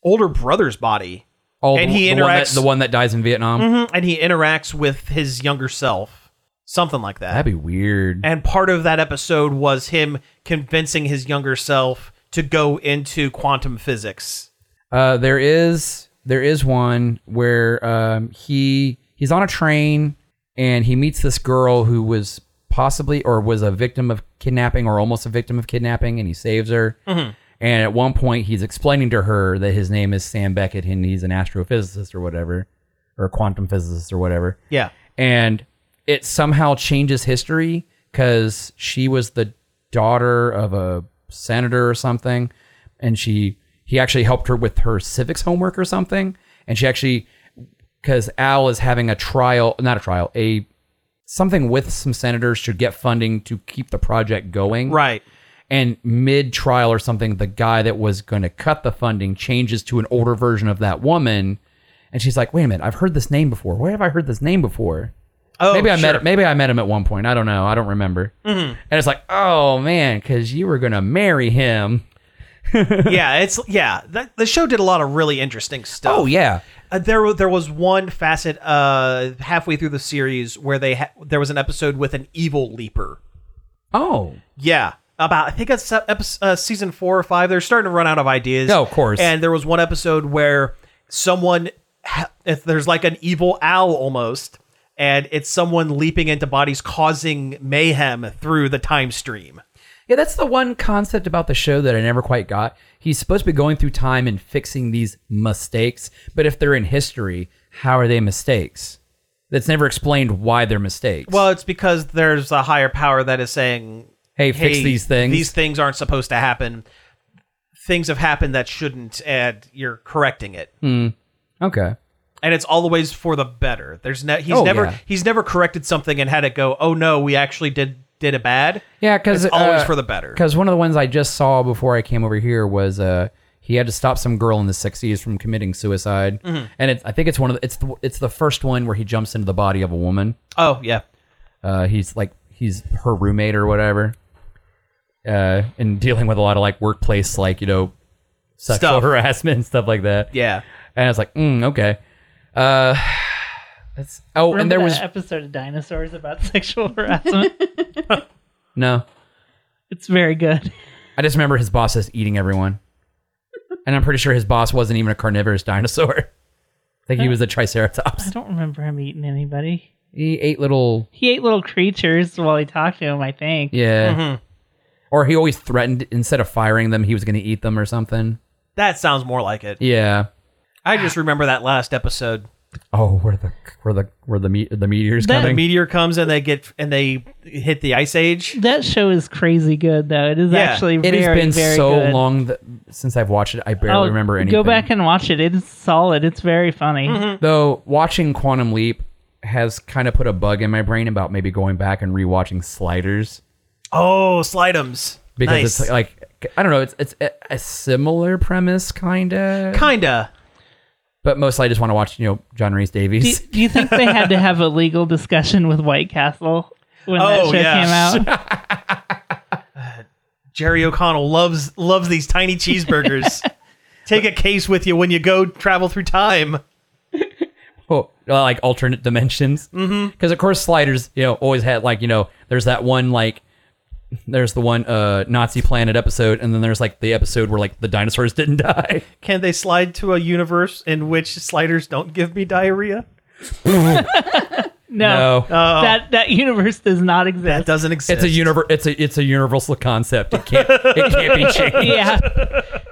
[SPEAKER 1] older brother's body
[SPEAKER 3] Oh,
[SPEAKER 1] And
[SPEAKER 3] the,
[SPEAKER 1] he
[SPEAKER 3] the one that-
[SPEAKER 1] interacts- Mm-hmm.
[SPEAKER 3] the one that dies in Vietnam.
[SPEAKER 1] and he interacts with his younger self, something like that.
[SPEAKER 3] That'd be weird.
[SPEAKER 1] and part of that episode was him convincing his younger self to go into quantum physics.
[SPEAKER 3] Uh, there is there is one where um, he he's on a train and he meets this girl who was possibly or was a victim of kidnapping or almost a victim of kidnapping, and he saves her. And at one point, he's explaining to her that his name is Sam Beckett and he's an astrophysicist or whatever, or a quantum physicist or whatever
[SPEAKER 1] Yeah.
[SPEAKER 3] and it somehow changes history because she was the daughter of a senator or something, and she he actually helped her with her civics homework or something, and she actually because Al is having a trial, not a trial, a something with some senators to get funding to keep the project going,
[SPEAKER 1] Right.
[SPEAKER 3] and mid trial or something, the guy that was going to cut the funding changes to an older version of that woman. And she's like, wait a minute, I've heard this name before. Where have I heard this name before?
[SPEAKER 1] Oh,
[SPEAKER 3] maybe I
[SPEAKER 1] sure. Mm-hmm.
[SPEAKER 3] met maybe I met him at one point. I don't know. I don't remember. And it's like, oh man, because you were gonna marry him.
[SPEAKER 1] yeah, it's yeah. That, the show did a lot of really interesting stuff.
[SPEAKER 3] Oh yeah,
[SPEAKER 1] Uh, there wa- there was one facet uh halfway through the series where they ha- there was an episode with an evil leaper.
[SPEAKER 3] oh
[SPEAKER 1] Yeah. About I think it's se- episode, uh, season four or five. They're starting to run out of ideas.
[SPEAKER 3] Oh, of course.
[SPEAKER 1] And there was one episode where someone ha- if there's like an evil owl almost, and it's someone leaping into bodies causing mayhem through the time stream.
[SPEAKER 3] yeah. That's the one concept about the show that I never quite got. He's supposed to be going through time and fixing these mistakes, but if they're in history, how are they mistakes? That's never explained why they're mistakes.
[SPEAKER 1] Well, it's because there's a higher power that is saying,
[SPEAKER 3] Hey, fix these things."
[SPEAKER 1] These things aren't supposed to happen. Things have happened that shouldn't, and you're correcting it."
[SPEAKER 3] Hmm. okay.
[SPEAKER 1] and it's always for the better. There's ne- he's
[SPEAKER 3] Oh,
[SPEAKER 1] never
[SPEAKER 3] yeah.
[SPEAKER 1] he's never corrected something and had it go, "Oh no, we actually did did it bad."
[SPEAKER 3] Yeah, because
[SPEAKER 1] It's always for the better.
[SPEAKER 3] Because one of the ones I just saw before I came over here was uh, he had to stop some girl in the '60s from committing suicide,
[SPEAKER 1] Mm-hmm.
[SPEAKER 3] and it's I think it's one of the, it's the, it's the first one where he jumps into the body of a woman.
[SPEAKER 1] Oh yeah,
[SPEAKER 3] Uh, he's like he's her roommate or whatever, uh, and dealing with a lot of like workplace like you know sexual
[SPEAKER 1] Stuff.
[SPEAKER 3] harassment and stuff like that.
[SPEAKER 1] yeah.
[SPEAKER 3] and I was like, mm, okay, uh, that's oh,
[SPEAKER 2] Remember
[SPEAKER 3] and there
[SPEAKER 2] that
[SPEAKER 3] was
[SPEAKER 2] episode of Dinosaurs about sexual harassment.
[SPEAKER 3] no,
[SPEAKER 2] it's very good.
[SPEAKER 3] I just remember his boss just eating everyone. and I'm pretty sure his boss wasn't even a carnivorous dinosaur. I think he was a
[SPEAKER 2] I
[SPEAKER 3] triceratops.
[SPEAKER 2] don't remember him eating anybody.
[SPEAKER 3] He ate little,
[SPEAKER 2] He ate little creatures while he talked to him. I think.
[SPEAKER 3] yeah. Mm-hmm. Or he always threatened instead of firing them, he was going to eat them or something.
[SPEAKER 1] That sounds more like it.
[SPEAKER 3] Yeah.
[SPEAKER 1] I just remember that last episode.
[SPEAKER 3] Oh, where the where the where the me- the meteors
[SPEAKER 2] That-
[SPEAKER 1] The
[SPEAKER 3] coming?
[SPEAKER 1] meteor comes and they get and they hit the ice age.
[SPEAKER 2] That show is crazy good though. It is
[SPEAKER 1] Yeah.
[SPEAKER 2] actually
[SPEAKER 3] it
[SPEAKER 2] very,
[SPEAKER 3] has been
[SPEAKER 2] very
[SPEAKER 3] so
[SPEAKER 2] good.
[SPEAKER 3] long that, since I've watched it. I barely
[SPEAKER 2] Oh,
[SPEAKER 3] remember anything. Mm-hmm.
[SPEAKER 2] Go back and watch it. It's solid. It's very funny.
[SPEAKER 3] Though watching Quantum Leap has kind of put a bug in my brain about maybe going back and rewatching Sliders.
[SPEAKER 1] Oh, slideums.
[SPEAKER 3] because
[SPEAKER 1] nice.
[SPEAKER 3] it's like oh. I don't know. It's it's a, a similar premise, kind of.
[SPEAKER 1] kinda.
[SPEAKER 3] But mostly, I just want to watch you know John Reese
[SPEAKER 2] Do,
[SPEAKER 3] Davies.
[SPEAKER 2] do you think they had to have a legal discussion with White Castle when that
[SPEAKER 1] Oh,
[SPEAKER 2] show
[SPEAKER 1] yeah.
[SPEAKER 2] came out?
[SPEAKER 1] Jerry O'Connell loves loves these tiny cheeseburgers. Take a case with you when you go travel through time.
[SPEAKER 3] oh, uh, like alternate dimensions. Because
[SPEAKER 2] Mm-hmm.
[SPEAKER 3] of course, Sliders you know always had like you know there's that one like there's the one uh Nazi planet episode, and then there's like the episode where like the dinosaurs didn't die.
[SPEAKER 1] Can they slide to a universe in which sliders don't give me diarrhea?
[SPEAKER 2] No,
[SPEAKER 3] No.
[SPEAKER 2] that that universe does not exist.
[SPEAKER 1] That doesn't exist.
[SPEAKER 3] It's a univer- It's a it's a universal concept. It can't it can't be changed.
[SPEAKER 2] yeah.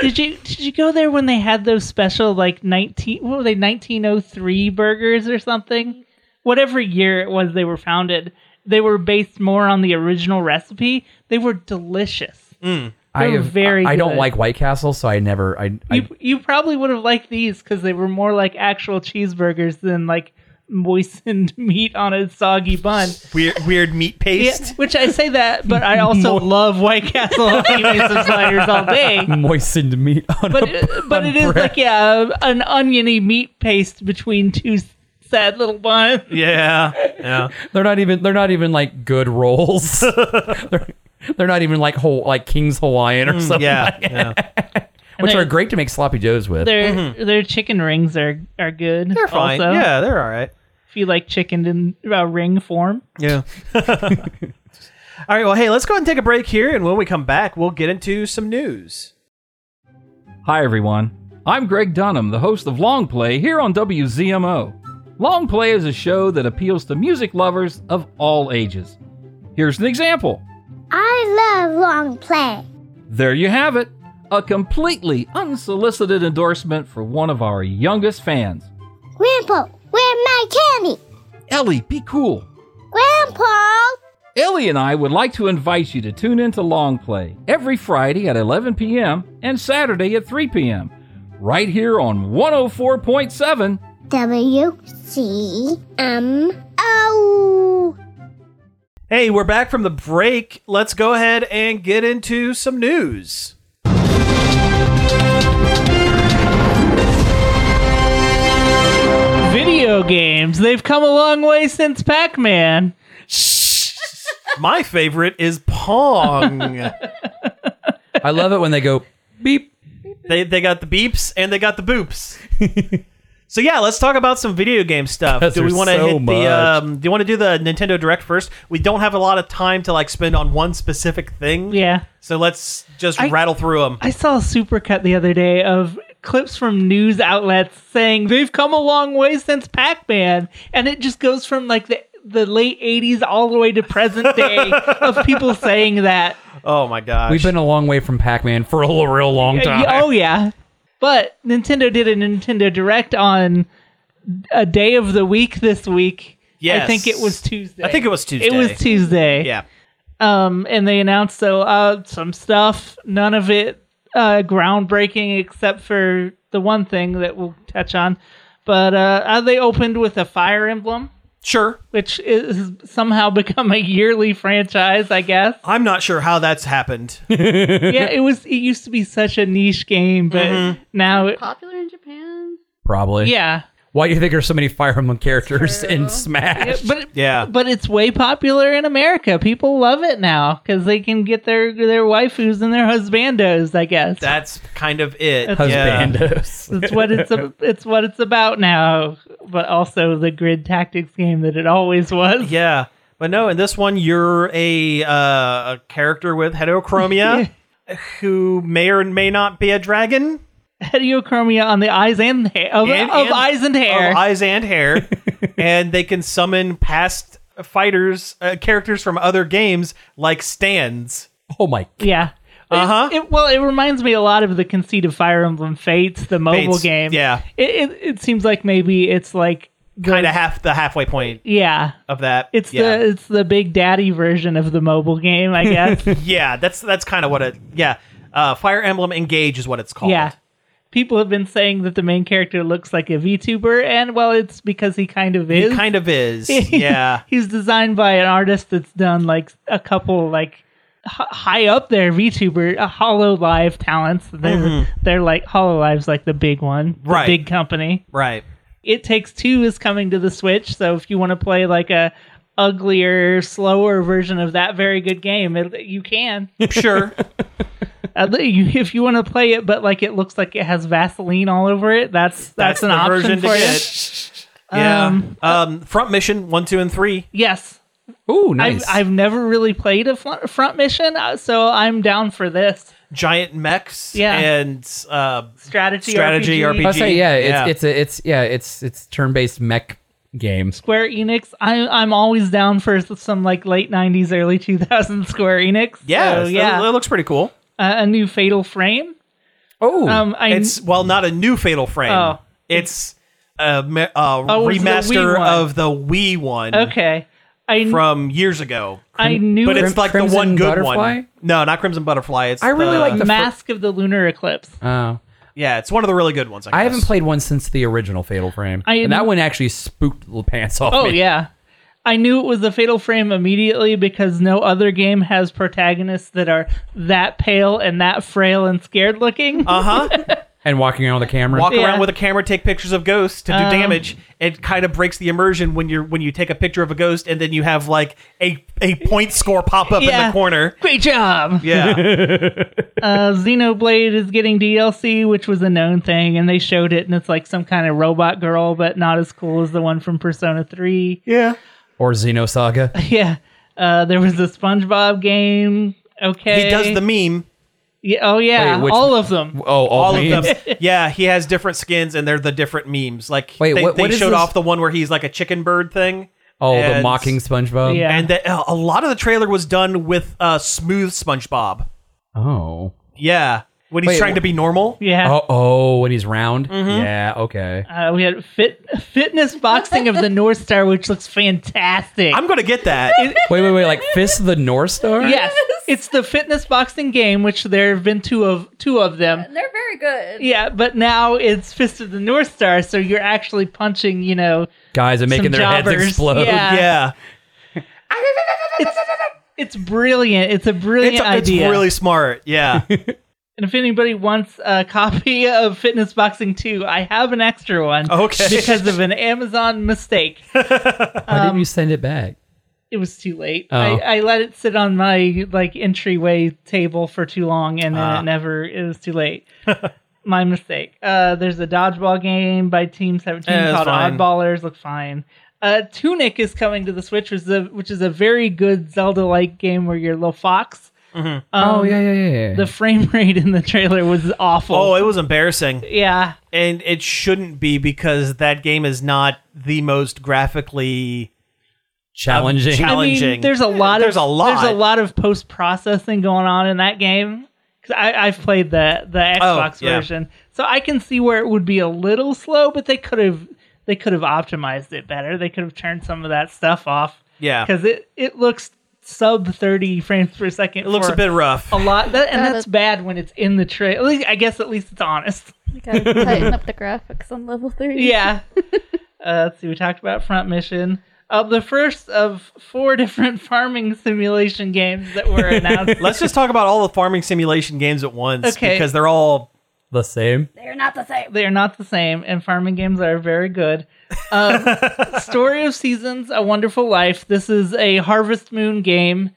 [SPEAKER 2] Did you did you go there when they had those special like nineteen what were they nineteen oh three burgers or something? Whatever year it was they were founded, they were based more on the original recipe. They were delicious.
[SPEAKER 3] I
[SPEAKER 2] They're
[SPEAKER 3] have,
[SPEAKER 2] very
[SPEAKER 3] I, I don't
[SPEAKER 2] good.
[SPEAKER 3] like White Castle, so I never. I, I
[SPEAKER 2] You you probably would have liked these because they were more like actual cheeseburgers than like moistened meat on a soggy bun.
[SPEAKER 1] weird weird meat
[SPEAKER 2] Yeah,
[SPEAKER 1] paste.
[SPEAKER 2] which I say that, but I also love White Castle onion and sliders all day.
[SPEAKER 3] moistened meat on
[SPEAKER 2] but
[SPEAKER 3] a
[SPEAKER 2] it, but
[SPEAKER 3] on
[SPEAKER 2] it is
[SPEAKER 3] bread.
[SPEAKER 2] like yeah, an oniony meat paste between two s- sad little buns.
[SPEAKER 1] Yeah. Yeah.
[SPEAKER 3] They're not even. They're not even like good rolls. they're, they're not even like whole like King's Hawaiian or something.
[SPEAKER 1] Mm, Yeah.
[SPEAKER 3] like-
[SPEAKER 1] yeah.
[SPEAKER 3] which
[SPEAKER 2] they-
[SPEAKER 3] are great to make sloppy joes with.
[SPEAKER 2] Their their chicken rings are are good.
[SPEAKER 1] Mm-hmm. They're fine.
[SPEAKER 2] Also,
[SPEAKER 1] Yeah, they're all right.
[SPEAKER 2] if you like chicken in uh, ring form,
[SPEAKER 1] Yeah. all right. Well, hey, let's go ahead and take a break here. And when we come back, we'll get into some news.
[SPEAKER 5] Hi, everyone. I'm Greg Dunham, the host of Long Play here on WZMO. Long Play is a show that appeals to music lovers of all ages. Here's an example
[SPEAKER 6] I love long play.
[SPEAKER 5] There you have it. A completely unsolicited endorsement for one of our youngest fans.
[SPEAKER 6] Grandpa, where my candy?
[SPEAKER 5] Ellie, be cool.
[SPEAKER 6] Grandpa!
[SPEAKER 5] Ellie and I would like to invite you to tune into Long Play every Friday at 11 p.m. and Saturday at 3 p.m. right here on 104.7.
[SPEAKER 6] W C M O.
[SPEAKER 1] Hey, we're back from the break. Let's go ahead and get into some news.
[SPEAKER 2] Video games. They've come a long way since Pac Man.
[SPEAKER 1] My favorite is Pong.
[SPEAKER 3] I love it when they go beep.
[SPEAKER 1] they they got the beeps and they got the boops. so yeah, let's talk about some video game stuff.
[SPEAKER 3] Because
[SPEAKER 1] Do we
[SPEAKER 3] there's
[SPEAKER 1] want to
[SPEAKER 3] so
[SPEAKER 1] hit
[SPEAKER 3] much.
[SPEAKER 1] the? Um, do you want to do the Nintendo Direct first? We don't have a lot of time to like spend on one specific thing.
[SPEAKER 2] Yeah.
[SPEAKER 1] So let's just
[SPEAKER 2] I-
[SPEAKER 1] rattle through them.
[SPEAKER 2] I saw a supercut the other day of clips from news outlets saying they've come a long way since Pac-Man, and it just goes from like the the late '80s all the way to present day of people saying that.
[SPEAKER 1] oh my gosh.
[SPEAKER 3] We've been a long way from Pac-Man for a real long time.
[SPEAKER 2] Oh yeah, but Nintendo did a Nintendo Direct on a day of the week this week. I
[SPEAKER 1] Yes.
[SPEAKER 2] think it was Tuesday.
[SPEAKER 1] I think it was Tuesday.
[SPEAKER 2] It was Tuesday.
[SPEAKER 1] yeah.
[SPEAKER 2] um, and they announced so uh, some stuff. None of it uh, groundbreaking, except for the one thing that we'll touch on. But uh, uh, they opened with a Fire Emblem,
[SPEAKER 1] Sure.
[SPEAKER 2] which is somehow become a yearly franchise, I guess.
[SPEAKER 1] I'm not sure how that's happened.
[SPEAKER 2] yeah, it was. It used to be such a niche game, but now, it,
[SPEAKER 4] Popular in Japan.
[SPEAKER 3] Probably.
[SPEAKER 2] yeah.
[SPEAKER 3] Why do you think there's so many Fire Emblem characters in Smash?
[SPEAKER 2] But it-
[SPEAKER 1] Yeah.
[SPEAKER 2] but it's way popular in America. People love it now because they can get their their waifus and their husbandos, I guess.
[SPEAKER 1] That's kind of it. Yeah.
[SPEAKER 3] Husbandos.
[SPEAKER 2] It's what it's a, it's what it's about now, but also the grid tactics game that it always was.
[SPEAKER 1] Yeah. But no, in this one, you're a, uh, a character with heterochromia who may or may not be a dragon.
[SPEAKER 2] Heterochromia on the eyes and the hair of,
[SPEAKER 1] And-
[SPEAKER 2] of
[SPEAKER 1] and-
[SPEAKER 2] eyes and hair.
[SPEAKER 1] Of eyes and hair. and they can summon past fighters, uh, characters from other games like stands.
[SPEAKER 3] Oh my.
[SPEAKER 2] yeah.
[SPEAKER 1] Uh-huh.
[SPEAKER 2] It, it- well, it reminds me a lot of the conceit of Fire Emblem Fates, the mobile
[SPEAKER 1] Fates,
[SPEAKER 2] game.
[SPEAKER 1] yeah.
[SPEAKER 2] It, it it seems like maybe it's like the-
[SPEAKER 1] Kind of half the halfway point
[SPEAKER 2] yeah.
[SPEAKER 1] of that.
[SPEAKER 2] It's
[SPEAKER 1] yeah.
[SPEAKER 2] the it's the big daddy version of the mobile game, I guess.
[SPEAKER 1] yeah, that's that's kind of what it. Yeah, uh, Fire Emblem Engage is what it's called.
[SPEAKER 2] Yeah. People have been saying that the main character looks like a VTuber, and well, it's because he kind of
[SPEAKER 1] it
[SPEAKER 2] is.
[SPEAKER 1] kind of is. yeah,
[SPEAKER 2] He's designed by an artist that's done like a couple like h- high up there VTuber uh, Hollow Live talents. They're they're like Hollow Live's like the big one, the
[SPEAKER 1] Mm-hmm. Right.
[SPEAKER 2] Big company.
[SPEAKER 1] right.
[SPEAKER 2] It Takes Two is coming to the Switch, so if you want to play like a uglier, slower version of that very good game, it, you can.
[SPEAKER 1] Sure.
[SPEAKER 2] Uh, you- if you want to play it, but like it looks like it has Vaseline all over it, that's that's,
[SPEAKER 1] That's
[SPEAKER 2] an
[SPEAKER 1] the
[SPEAKER 2] option
[SPEAKER 1] version to
[SPEAKER 2] for you.
[SPEAKER 1] get. Yeah. Um, front mission one, two, and three.
[SPEAKER 2] Yes,
[SPEAKER 3] Ooh, nice.
[SPEAKER 2] I've, I've never really played a fl- front mission, uh, so I'm down for this
[SPEAKER 1] Giant mechs.
[SPEAKER 2] Yeah.
[SPEAKER 1] And uh,
[SPEAKER 2] strategy.
[SPEAKER 1] Strategy,
[SPEAKER 2] RPG.
[SPEAKER 3] I
[SPEAKER 1] RPG.
[SPEAKER 3] say yeah. It's
[SPEAKER 1] Yeah.
[SPEAKER 3] it's a, it's yeah. It's it's turn-based mech games.
[SPEAKER 2] Square Enix. I, I'm always down for some like late '90s, early 2000s Square Enix.
[SPEAKER 1] yeah,
[SPEAKER 2] so, Oh, yeah.
[SPEAKER 1] That, that looks pretty cool.
[SPEAKER 2] Uh, a new Fatal Frame.
[SPEAKER 3] Oh,
[SPEAKER 2] Um, I
[SPEAKER 1] It's well, not a new Fatal Frame.
[SPEAKER 2] Oh.
[SPEAKER 1] It's a, me- a
[SPEAKER 2] Oh, it's the
[SPEAKER 1] remaster
[SPEAKER 2] Wii one.
[SPEAKER 1] of the Wii one
[SPEAKER 2] okay. I
[SPEAKER 1] from years ago.
[SPEAKER 2] I knew
[SPEAKER 1] But
[SPEAKER 2] it-
[SPEAKER 1] it's like uh,
[SPEAKER 3] Crimson
[SPEAKER 1] the one good
[SPEAKER 3] Butterfly?
[SPEAKER 1] one. No, not Crimson Butterfly. It's
[SPEAKER 3] I really
[SPEAKER 1] the-
[SPEAKER 3] like the
[SPEAKER 2] Mask of the Lunar Eclipse.
[SPEAKER 3] Oh.
[SPEAKER 1] Yeah, it's one of the really good ones. I, guess.
[SPEAKER 3] I haven't played one since the original Fatal Frame,
[SPEAKER 2] I-
[SPEAKER 3] and that one actually spooked the pants off
[SPEAKER 2] Oh
[SPEAKER 3] me.
[SPEAKER 2] yeah. I knew it was the Fatal Frame immediately because no other game has protagonists that are that pale and that frail and scared looking.
[SPEAKER 1] Uh huh.
[SPEAKER 3] and walking around with a camera.
[SPEAKER 1] Walk
[SPEAKER 2] Yeah.
[SPEAKER 1] around with a camera, take pictures of ghosts to do damage. It kind of breaks the immersion when you're when you take a picture of a ghost and then you have like a a point score pop up in
[SPEAKER 2] Yeah.
[SPEAKER 1] the corner.
[SPEAKER 2] Great job.
[SPEAKER 1] Yeah,
[SPEAKER 2] Uh, Xenoblade is getting DLC, which was a known thing, and they showed it, and it's like some kind of robot girl, but not as cool as the one from Persona Three.
[SPEAKER 1] yeah.
[SPEAKER 3] or Xenosaga.
[SPEAKER 2] Yeah. Uh, there was a SpongeBob game. Okay.
[SPEAKER 1] He does the meme.
[SPEAKER 2] Yeah, oh yeah,
[SPEAKER 3] Wait, which-
[SPEAKER 2] all of them.
[SPEAKER 3] Oh, all,
[SPEAKER 1] all
[SPEAKER 3] memes?
[SPEAKER 1] of them. Yeah, he has different skins and they're the different memes. Like
[SPEAKER 3] Wait,
[SPEAKER 1] they,
[SPEAKER 3] what-
[SPEAKER 1] they
[SPEAKER 3] what is
[SPEAKER 1] showed
[SPEAKER 3] this?
[SPEAKER 1] off the one where he's like a chicken bird thing.
[SPEAKER 3] Oh, the
[SPEAKER 1] And-
[SPEAKER 3] mocking SpongeBob.
[SPEAKER 2] Yeah.
[SPEAKER 1] And that, a lot of the trailer was done with uh, smooth SpongeBob.
[SPEAKER 3] Oh.
[SPEAKER 1] Yeah. When he's
[SPEAKER 3] Wait,
[SPEAKER 1] trying to be normal.
[SPEAKER 2] Yeah. Mm-hmm.
[SPEAKER 3] Oh, oh, when he's round. Yeah. Okay.
[SPEAKER 2] Uh, we had fit fitness boxing of the North Star, which looks fantastic.
[SPEAKER 1] I'm going to get that.
[SPEAKER 3] Wait, wait, wait. Like fist of the North Star.
[SPEAKER 2] yes, it's the fitness boxing game, which there have been two of two of them.
[SPEAKER 4] They're very good.
[SPEAKER 2] Yeah, but now it's Fist of the North Star, so you're actually punching, you know,
[SPEAKER 3] Guys are making
[SPEAKER 2] some
[SPEAKER 3] their heads
[SPEAKER 2] jobbers.
[SPEAKER 3] explode.
[SPEAKER 2] Yeah.
[SPEAKER 1] yeah.
[SPEAKER 2] it's brilliant. It's a brilliant
[SPEAKER 1] It's, it's
[SPEAKER 2] idea.
[SPEAKER 1] really smart. Yeah.
[SPEAKER 2] and if anybody wants a copy of Fitness Boxing 2, I have an extra one.
[SPEAKER 1] Okay.
[SPEAKER 2] Because of an Amazon mistake.
[SPEAKER 3] Why
[SPEAKER 2] um,
[SPEAKER 3] didn't you send it back?
[SPEAKER 2] It was too late.
[SPEAKER 3] Oh.
[SPEAKER 2] I, I let it sit on my like entryway table for too long, and then
[SPEAKER 1] Ah.
[SPEAKER 2] it never. It was too late. my mistake. Uh, there's a dodgeball game by Team Seventeen
[SPEAKER 1] Yeah, it's
[SPEAKER 2] called
[SPEAKER 1] fine.
[SPEAKER 2] Oddballers. Look fine. Uh, Tunic is coming to the Switch, which is a, which is a very good Zelda-like game where you're a little fox.
[SPEAKER 1] Mm-hmm.
[SPEAKER 2] Um,
[SPEAKER 3] oh yeah, yeah, yeah. yeah.
[SPEAKER 2] The frame rate in the trailer was awful.
[SPEAKER 1] oh, it was embarrassing.
[SPEAKER 2] yeah.
[SPEAKER 1] and it shouldn't be because that game is not the most graphically
[SPEAKER 3] Challenging.
[SPEAKER 1] Um, challenge-
[SPEAKER 2] I
[SPEAKER 1] challenging.
[SPEAKER 2] mean, there's a lot.
[SPEAKER 1] There's
[SPEAKER 2] of,
[SPEAKER 1] a lot.
[SPEAKER 2] There's a lot of post processing going on in that game. 'Cause I, I've played the the Xbox
[SPEAKER 1] Oh, yeah.
[SPEAKER 2] version, so I can see where it would be a little slow. But they could have they could have optimized it better. They could have turned some of that stuff off.
[SPEAKER 1] Yeah.
[SPEAKER 2] because it it looks sub 30 frames per second.
[SPEAKER 1] it looks a bit rough.
[SPEAKER 2] a lot, that, and
[SPEAKER 4] Yeah,
[SPEAKER 2] that's
[SPEAKER 4] that-
[SPEAKER 2] bad when it's in the trailer. I guess at least it's honest.
[SPEAKER 4] You gotta tighten up the graphics on level three.
[SPEAKER 2] Yeah. uh, let's see. We talked about Front Mission. Uh, the first of four different farming simulation games that were announced.
[SPEAKER 1] Let's just talk about all the farming simulation games at once
[SPEAKER 2] Okay.
[SPEAKER 1] because they're all
[SPEAKER 3] the same.
[SPEAKER 4] They're not the same.
[SPEAKER 2] They're not the same, and farming games are very good. Um, Story of Seasons: A Wonderful Life. This is a Harvest Moon game.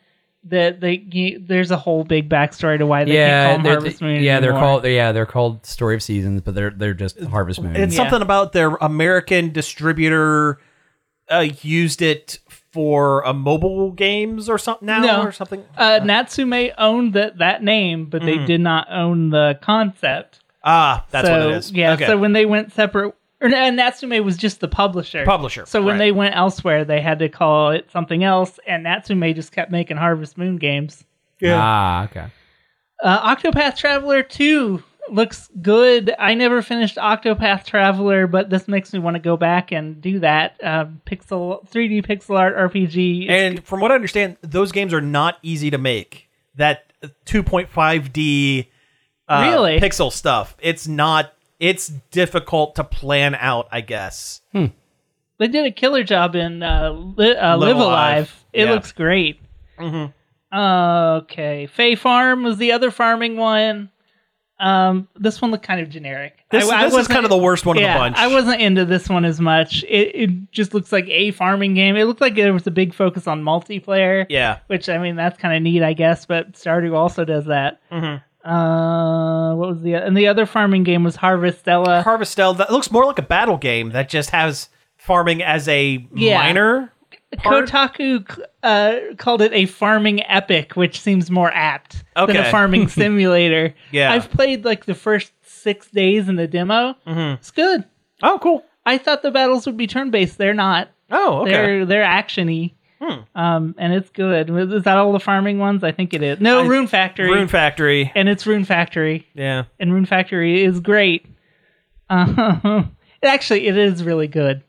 [SPEAKER 2] That they you- there's a whole big backstory to why they
[SPEAKER 3] Yeah,
[SPEAKER 2] can't call
[SPEAKER 3] they're,
[SPEAKER 2] them Harvest Moon.
[SPEAKER 3] yeah, they're
[SPEAKER 2] anymore.
[SPEAKER 3] called. Yeah, they're called Story of Seasons, but they're they're just Harvest Moon.
[SPEAKER 1] it's
[SPEAKER 2] Yeah.
[SPEAKER 1] something about their American distributor uh, used it for a mobile games or something now
[SPEAKER 2] No.
[SPEAKER 1] or something.
[SPEAKER 2] Uh, Natsume owned that that name, but
[SPEAKER 3] Mm-hmm.
[SPEAKER 2] they did not own the concept.
[SPEAKER 1] Ah, that's
[SPEAKER 2] so,
[SPEAKER 1] what it is.
[SPEAKER 2] Yeah.
[SPEAKER 1] Okay.
[SPEAKER 2] So when they went separate, or no, and Natsume was just the publisher.
[SPEAKER 1] Publisher,
[SPEAKER 2] So when
[SPEAKER 1] right.
[SPEAKER 2] they went elsewhere, they had to call it something else, and Natsume just kept making Harvest Moon games.
[SPEAKER 3] Ah, okay.
[SPEAKER 2] Uh, Octopath Traveler 2 looks good. I never finished Octopath Traveler, but this makes me want to go back and do that. Uh, pixel 3D pixel art RPG. It's-
[SPEAKER 1] and from what I understand, those games are not easy to make. That 2.5D uh,
[SPEAKER 2] Really?
[SPEAKER 1] pixel stuff. It's not. It's difficult to plan out. I guess.
[SPEAKER 2] they did a killer job in uh, li- uh,
[SPEAKER 1] Live
[SPEAKER 2] Live Alive.
[SPEAKER 1] Alive.
[SPEAKER 2] It
[SPEAKER 1] Yeah. Mm-hmm.
[SPEAKER 2] looks great. Okay, Fay Farm was the other farming one. Um, this one looked kind of generic.
[SPEAKER 1] This,
[SPEAKER 2] I- I
[SPEAKER 1] this is
[SPEAKER 2] wasn't-
[SPEAKER 1] kind of the worst one of
[SPEAKER 2] yeah,
[SPEAKER 1] the bunch.
[SPEAKER 2] I wasn't into this one as much. It, it just looks like a farming game. It looked like there was a big focus on multiplayer.
[SPEAKER 1] Yeah.
[SPEAKER 2] Which I mean, that's kind of neat, I guess. But Stardew also does that.
[SPEAKER 1] Mm-hmm.
[SPEAKER 2] Uh, what was the and the other farming game was Harvestella.
[SPEAKER 1] Harvestel that looks more like a battle game that just has farming as a
[SPEAKER 2] Yeah.
[SPEAKER 1] minor. part?
[SPEAKER 2] Kotaku uh, called it a farming epic, which seems more apt than
[SPEAKER 1] Okay.
[SPEAKER 2] a farming simulator.
[SPEAKER 1] Yeah.
[SPEAKER 2] I've played like the first six days in the demo.
[SPEAKER 1] Mm-hmm.
[SPEAKER 2] It's good.
[SPEAKER 1] Oh, cool.
[SPEAKER 2] I thought the battles would be turn based. They're not.
[SPEAKER 1] Oh, okay. Hmm.
[SPEAKER 2] They're they're actiony. Um, and it's good. Is that all the farming ones? I think it is. No, Rune Factory.
[SPEAKER 1] Rune Factory.
[SPEAKER 2] and it's Rune Factory.
[SPEAKER 1] Yeah.
[SPEAKER 2] And Rune Factory is great. Uh, actually, it is really good.